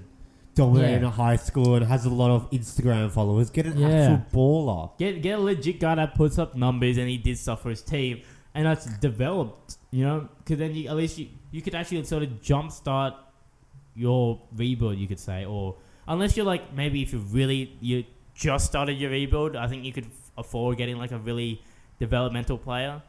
dominant
Yeah.
in a high school and has a lot of Instagram followers. Get an
Yeah.
actual baller.
Get get a legit guy that puts up numbers and he did stuff for his team and that's developed, you know, because then you, at least you you could actually sort of jumpstart your rebuild, you could say, or unless you're like maybe if you really you just started your rebuild, I think you could f- afford getting like a really developmental player.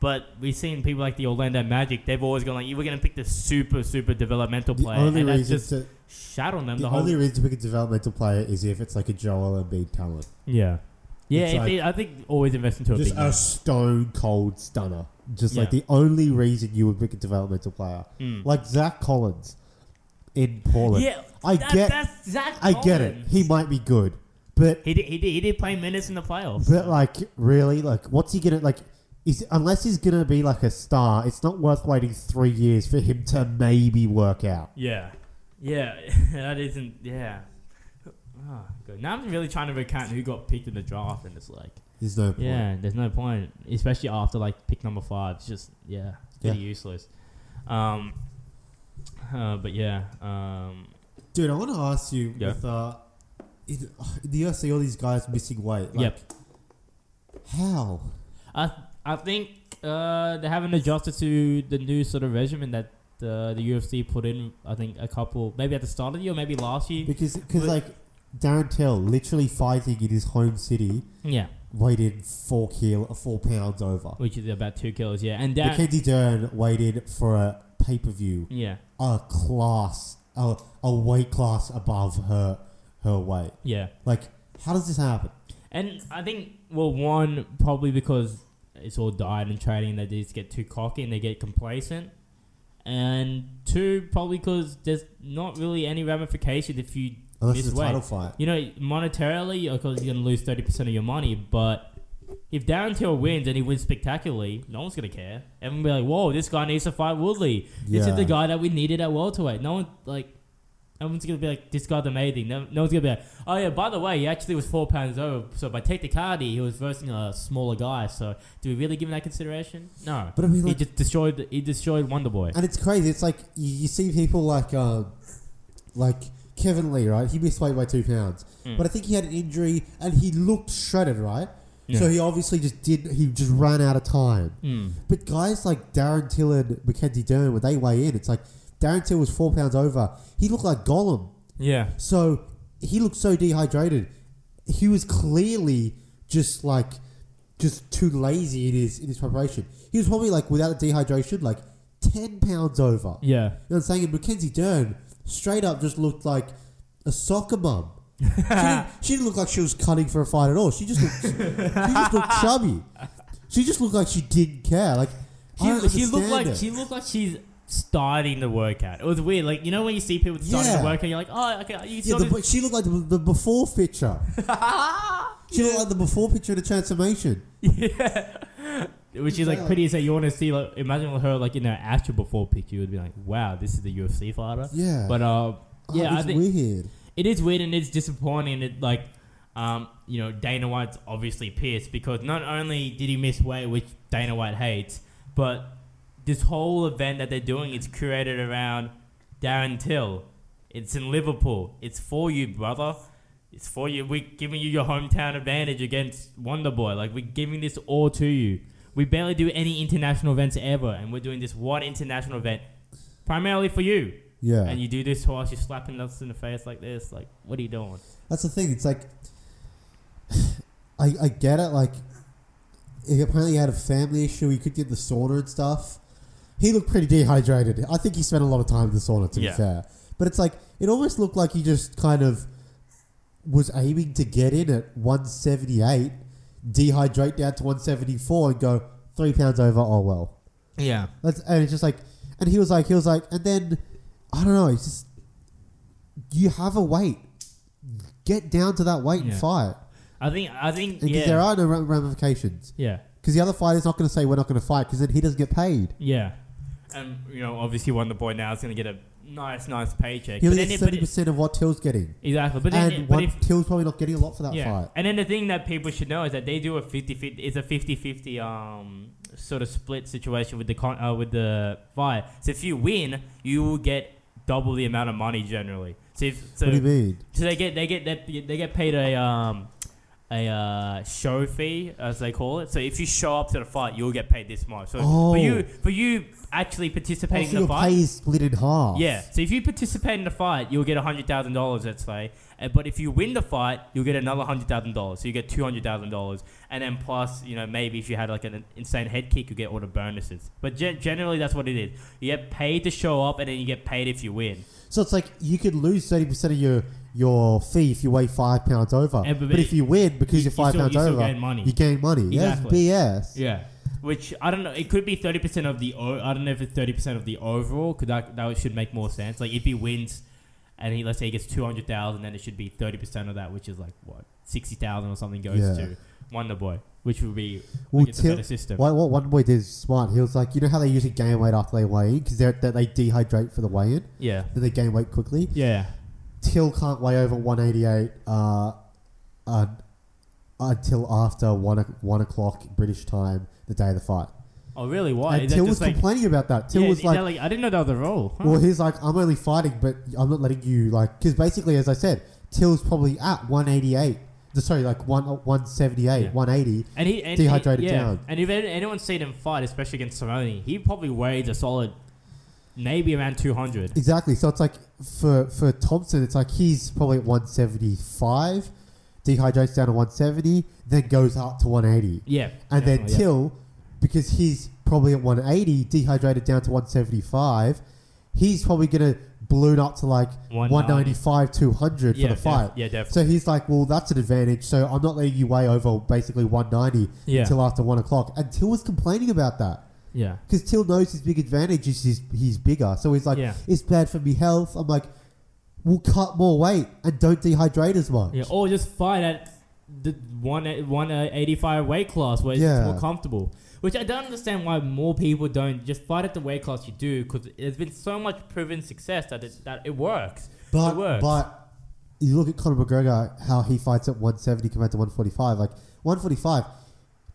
But we've seen people like the Orlando Magic; they've always gone like, "You were going to pick the super, super developmental
The
player,"
only
and that's
reason
just
to
shat on them.
the,
The, whole
only reason to pick a developmental player is if it's like a Joel Embiid talent,
yeah, yeah.
It's
if
like-
it- I think always invest into a
just
big
a
man.
stone cold stunner. Just like
Yeah.
the only reason you would pick a developmental player,
Mm.
like Zach Collins in Portland.
Yeah,
I
that-
get-
that's Zach.
I get it.
Collins.
He might be good, but
He did, he did. He did play minutes in the playoffs.
but like really, like what's he gonna like? Is unless he's gonna be like a star, it's not worth waiting three years for him to maybe work out.
yeah, yeah. <laughs> that isn't. Yeah. Oh, good. Now I'm really trying to recount who got picked in the draft, and it's like,
There's no point.
yeah, there's no point, especially after like pick number five. It's just yeah, it's pretty useless. Um, uh, but yeah, um,
Dude, I want to ask you
Yeah.
with uh, oh, in, in the UFC, all these guys missing weight. Like,
yep.
How?
I I think uh, they haven't adjusted to the new sort of regimen that uh, the UFC put in. I think a couple, maybe at the start of the year, maybe last year.
Because cause like Darren Till, literally fighting in his home city,
Yeah,
weighed in four kilo, four pounds over.
which is about two kilos. Yeah, and that.
Mackenzie Dern weighed in for a pay per view,
yeah,
a class, a, a weight class above her her weight.
yeah,
Like, how does this happen?
and I think well, one probably because it's all diet and training. They just get too cocky and they get complacent. And two, probably because there's not really any ramifications if you
Unless
miss
it's a
weight.
title fight.
you know, monetarily, of course, you're going to lose 30% of your money, but if Darren Till wins and he wins spectacularly, no one's going to care. Everyone will be like, whoa, this guy needs to fight Woodley. This is
Yeah.
the guy that we needed at welterweight. No one, like, everyone's going to be like, this guy's amazing. No, no one's going to be like, oh, yeah, by the way, he actually was four pounds over. So by technicality, he was versing a smaller guy. So do we really give him that consideration? No.
But I mean,
he
like-
just destroyed, he destroyed Wonder Boy.
And it's crazy. It's like you, you see people like um, like Kevin Lee, right? He missed weight by two pounds, but I think he had an injury and he looked shredded, right? So he obviously just did. He just ran out of time. But guys like Darren Till and Mackenzie Dern, when they weigh in, it's like Darren Till was four pounds over. He looked like Gollum.
Yeah.
So he looked so dehydrated. He was clearly just like just too lazy in his in his preparation. He was probably like without the dehydration, like ten pounds over. You
Yeah.
know what I'm saying? And Mackenzie Dern straight up just looked like a soccer mum. she,
<laughs>
didn't, she didn't look like she was cutting for a fight at all. She just looked, she just looked chubby. She just looked like she didn't care. Like I
She,
don't
she looked
understand
like
it.
she looked like she's starting the workout. It was weird. Like you know when you see people starting
Yeah.
the workout, you're like, oh, okay, you
Yeah,
sort
the,
of-
but she looked like the, the before
<laughs>
picture. she looked like the before picture of the transformation.
<laughs> which is like
yeah.
pretty. So you want to see like imagine her like in her actual before picture, you would be like, wow, this is the UFC fighter.
Yeah.
But uh, yeah,
it's
I think
Oh, weird.
it is weird and it's disappointing. It like, um, you know, Dana White's obviously pissed because not only did he miss weight, which Dana White hates, but this whole event that they're doing is curated around Darren Till. It's in Liverpool. It's for you, brother. It's for you. We're giving you your hometown advantage against Wonderboy. Like we're giving this all to you. We barely do any international events ever, and we're doing this one international event primarily for you.
Yeah.
And you do this to us, you're slapping us in the face like this. Like, what are you doing?
That's the thing. It's like <sighs> I, I get it. Like he apparently had a family issue. He could get the sauna and stuff. He looked pretty dehydrated. I think he spent a lot of time in the sauna. To
Yeah.
be fair, but it's like it almost looked like he just kind of was aiming to get in at 178, dehydrate down to 174, and go three pounds over. Oh well.
Yeah.
That's and it's just like, and he was like, he was like, and then I don't know. It's just you have a weight. Get down to that weight
Yeah.
and fight.
I think, I think,
Because
yeah.
there are no ra- ramifications.
yeah.
Because the other fighter's not going to say we're not going to fight because then he doesn't get paid.
Yeah. And, you know, obviously, Wonder Boy now is going to get a nice, nice paycheck.
He
But
only
then
gets
it- but
seventy
it-
percent of what Till's getting,
Exactly. But then,
and
but
one,
if,
Till's probably not getting a lot for <laughs> that
yeah.
fight.
And then the thing that people should know is that they do a 50 50 it's a 50 50 um sort of split situation with the con uh, with the fight. So if you win, you will get double the amount of money generally. So if so,
What do you mean?
so they get they get they, they get paid a um a uh, show fee as they call it. So if you show up to the fight, you'll get paid this much. So
Oh.
for you for you actually participating
Also,
in the
your
fight,
pay is split in half.
yeah. So if you participate in the fight, you'll get hundred thousand dollars. Let's say, Uh, but if you win the fight, you'll get another hundred thousand dollars. So you get two hundred thousand dollars, and then plus, you know, maybe if you had like an insane head kick, you get all the bonuses. But gen- generally, that's what it is. You get paid to show up, and then you get paid if you win.
So it's like you could lose thirty percent of your your fee if you weigh five pounds over,
Yeah, but-
but, if you win because you, are
you
five
still-
pounds
you still
over,
gain money.
you gain money.
Exactly.
That's BS.
Yeah. Which I don't know. It could be thirty percent of the. O- I don't know if it's thirty percent of the overall. Could that that should make more sense? Like if he wins, and he let's say he gets two hundred thousand, then it should be thirty percent of that, which is like what sixty thousand or something goes
Yeah.
to Wonder Boy, which would be
Well,
like it's a
Till-
better system.
What, what one boy did is smart. He was like, you know how they usually gain weight after they weigh in because they they dehydrate for the weigh in,
Yeah.
then they gain weight quickly.
Yeah.
Till can't weigh over one eighty eight uh, uh, until after one o- one o'clock British time the day of the fight.
Oh really? Why?
and
Is that
Till
just
was
like,
complaining about that. Till
yeah,
was
is
like,
that I didn't know that was a role. Huh?
Well, he's like, I'm only fighting, but I'm not letting you like because basically, as I said, Till's probably at 188. the- Sorry, like one 178,
Yeah.
180.
and he and
dehydrated
he,
down.
And if any- anyone's seen him fight, especially against Cerrone, he probably weighs a solid, maybe around two hundred.
Exactly. So it's like for for Thompson, it's like he's probably at 175, dehydrates down to 170, then goes up to 180,
Yeah.
and then
definitely, yeah.
Till, because he's probably at 180, dehydrated down to 175, he's probably gonna balloon up to like
190.
195, 200
Yeah,
for
def-
the fight.
yeah, definitely.
So he's like, well, that's an advantage. So I'm not letting you weigh over basically 190
Yeah.
until after one o'clock. And Till was complaining about that
Yeah.
because Till knows his big advantage is he's, he's bigger. So he's like,
Yeah.
it's bad for me health. I'm like, we'll cut more weight and don't dehydrate as much.
Yeah. Or just fight at the one one uh, eighty five weight class where
Yeah.
it's more comfortable. Which I don't understand why more people don't just fight at the weight class you do because there's been so much proven success that it, that it works.
but
it works.
but you look at Conor McGregor, how he fights at 170 compared to 145. Like 145,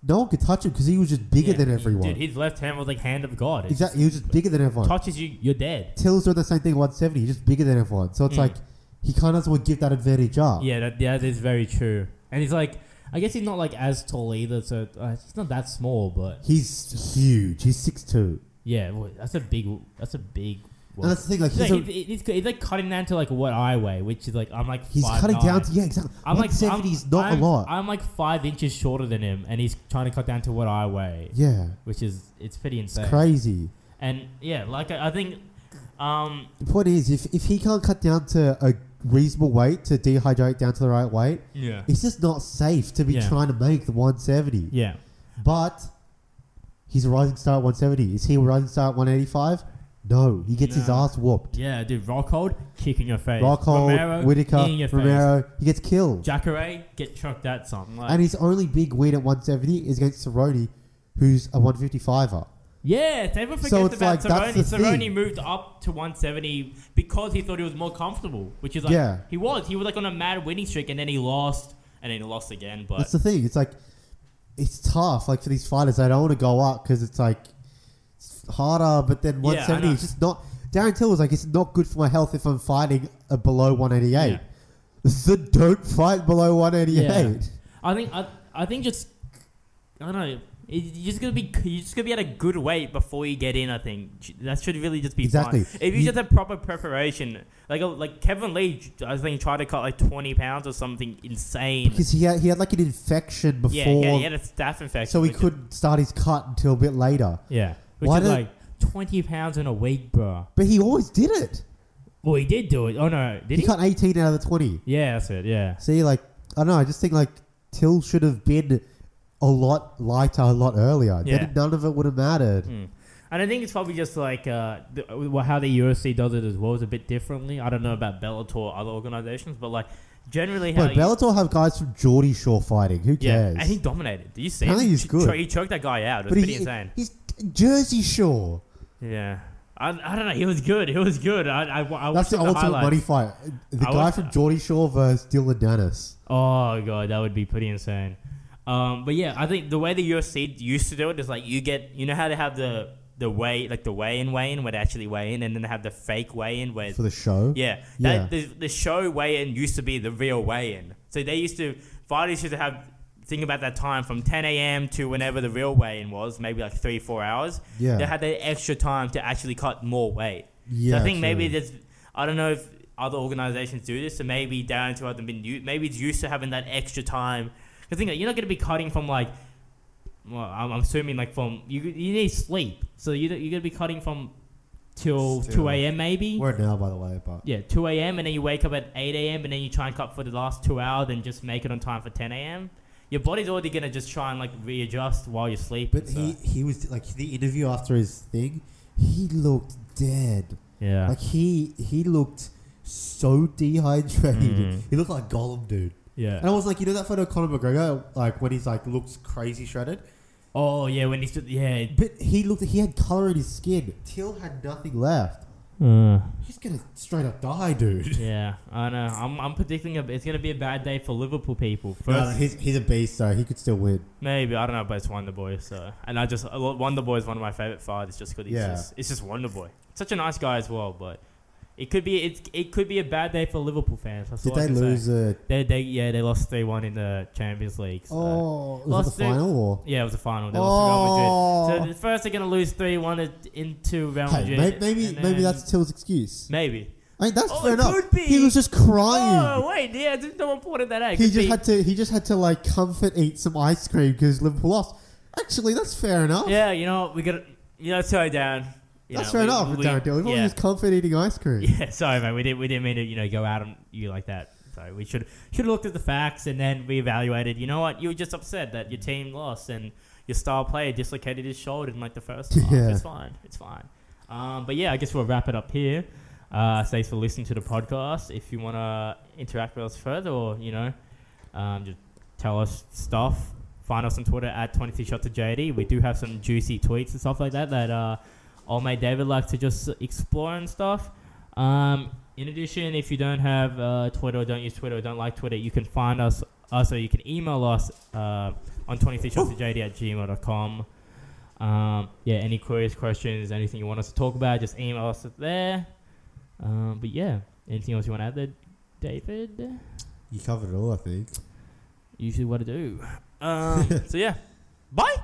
no one could touch him because he was just bigger
Yeah.
than everyone.
Dude, his left hand was like hand of God. It
exactly, he was just bigger than everyone.
just Touches you, you're dead.
Till's doing the same thing at 170. He's just bigger than everyone. So it's
Mm.
like he kind of doesn't want to give that advantage up.
Yeah, that, yeah, that is very true. And he's like, I guess he's not like as tall either, so uh, he's not that small. But
He's huge. He's 6'2.
yeah, well, that's a big. That's a big.
And that's the thing. Like
He's,
he's,
like,
a-
he's, he's, he's like cutting down to like what I weigh, which is like I'm like
he's
five
cutting down
nine.
to yeah, exactly.
I'm like
170
I'm-
is not
I'm-
a lot.
I'm like five inches shorter than him, and he's trying to cut down to what I weigh,
yeah,
which is it's pretty
it's
insane.
crazy.
and yeah, like I, I think, um,
The point is, if if he can't cut down to a reasonable weight to dehydrate down to the right weight,
yeah,
it's just not safe to be
Yeah.
trying to make the 170.
yeah,
But he's a rising star at 170. Is he a rising star at 185? No, he gets his
No.
ass whooped.
yeah, dude. Rockhold kicking your face.
Rockhold,
Romero,
Whitaker,
kicking your face.
Romero, he gets killed.
Jacare get choked out something. Like,
And his only big win at 170 is against Cerrone, who's a 155er.
yeah, everyone forgets
So it's
about
like, that's
Cerrone.
the
Cerrone
thing.
moved up to 170 because he thought he was more comfortable, which is like
Yeah.
he was. He was like on a mad winning streak, and then he lost, and then he lost again. But
That's the thing. It's like, it's tough. Like for these fighters, they don't want to go up because it's like it's harder. But then
Yeah, I
170
know.
is just not. Darren Till was like, it's not good for my health if I'm fighting uh, below 188.
Yeah.
So don't fight below 188.
I think I, I think just I don't know. You- You're just gonna be you're just gonna be at a good weight before you get in. I think that should really just be
Exactly.
Fine. If you,
You-
just have proper preparation, like a, like Kevin Lee, I think tried to cut like 20 pounds or something insane.
because he had he had like an infection before,
yeah, yeah, he had a staph infection,
so he
which is-
couldn't start his cut until a bit later.
Yeah.
which
Why
is
don't-
like 20 pounds in a week, bro.
But he always did it.
Well, he did do it. Oh no, did
he,
he?
cut eighteen out of the twenty.
Yeah, that's it. Yeah.
See, like I don't know, I just think like Till should have been a lot lighter a lot earlier.
Yeah.
Then none of it would have mattered.
And I think it's probably just like uh, the, well, how the UFC does it as well is a bit differently. I don't know about Bellator or other organizations, but like generally how
But
you-
Bellator have guys from Geordie Shore fighting. Who
Yeah,
cares?
and he dominated. Do you see?
I think
him?
he's
Ch-
good.
ch- He choked that guy out. It was
but
pretty
he-
insane.
he's Jersey Shore.
Yeah. I, I don't know. He was good. He was good. I, I, I
That's
watched
the
all
ultimate
highlights.
money fight. The
I
guy
watched-
from Geordie Shore versus Dylan Dennis.
Oh god, that would be pretty insane. Um, but yeah, I think the way the UFC used to do it is like you get, you know how they have the the weigh like the weigh in weigh in where they actually weigh in, and then they have the fake weigh in where
for the show.
yeah,
Yeah.
that, The, the show weigh in used to be the real weigh in. So they used to fighters used to have think about that time from 10 a.m. to whenever the real weigh in was, maybe like three four hours.
Yeah.
they had that extra time to actually cut more weight.
Yeah,
so I think maybe
true.
there's I don't know if other organizations do this, so maybe down to haven't been u- maybe it's used to having that extra time. Because think like, you're not going to be cutting from like. Well, I'm I'm assuming like from you, you need sleep, so you you're gonna be cutting from till
Still.
two a.m. maybe.
We're now, by the way, but
Yeah, 2 a.m. and then you wake up at 8 a.m. and then you try and cut for the last two hours and just make it on time for 10 a.m. Your body's already gonna just try and like readjust while you're sleeping.
but
so-
he he was like the interview after his thing. He looked dead.
yeah.
Like he he looked so dehydrated.
Mm-hmm.
He looked like Gollum, dude. And
yeah.
I was like, you know that photo of Conor McGregor, like when he's like looks crazy shredded.
Oh yeah, when he's yeah.
But he looked he had color in his skin. Till had nothing left.
Uh.
He's gonna straight up die,
<laughs>
dude.
yeah, I know. I'm, I'm predicting a, it's gonna be a bad day for Liverpool people. First,
No, he's, he's a beast, so he could still win.
maybe I don't know, but it's Wonder Boy. So, and I just I lo- Wonder Boy is one of my favorite fighters just because
Yeah.
it's just it's just Wonder Boy. Such a nice guy as well, but it could be it, it could be a bad day for Liverpool fans. That's
Did
all I
they
can say.
lose a
They, they yeah they lost three one in the Champions League. So.
oh was it
Lost
the
it.
final or
Yeah, it was the final. They lost to Real Madrid. So the first they're going to lose 3 1 into
Oh.
Real
Hey, may-
Madrid.
maybe
and
maybe
then-
that's Till's excuse.
Maybe.
I mean, that's
Oh,
fair
it
enough.
could be.
He was just crying.
Oh, wait. Yeah, there's no one pointed that out.
he
Could
just
be-
had to. He just had to like comfort eat some ice cream because Liverpool lost. Actually, that's fair enough.
Yeah, you know, we got to. You know, sorry, Darren. You
that's
know,
fair
we-
enough,
we-
Darren Till. Everyone
yeah. <laughs>
was comfort eating ice cream.
yeah, sorry, man. We didn't, we didn't mean to, you know, go out on you like that. Sorry, we should should have looked at the facts and then we evaluated. You know what? You were just upset that your team lost and your star player dislocated his shoulder in like the first half.
Yeah.
It's fine. It's fine. Um, but yeah, I guess we'll wrap it up here. Uh, thanks for listening to the podcast. If you want to interact with us further or, you know, um, just tell us stuff, find us on Twitter at 23 shots of JD. We do have some juicy tweets and stuff like that that uh, all my David likes to just explore and stuff. Um, in addition, if you don't have uh, Twitter or don't use Twitter or don't like Twitter, you can find us, uh, so you can email us uh, on 23shotsofjd at gmail.com. Um, yeah, any queries, questions, anything you want us to talk about, just email us there. Um, but yeah, anything else you want to add there, David?
You covered it all, I think.
Usually what to do. Um, so yeah, bye.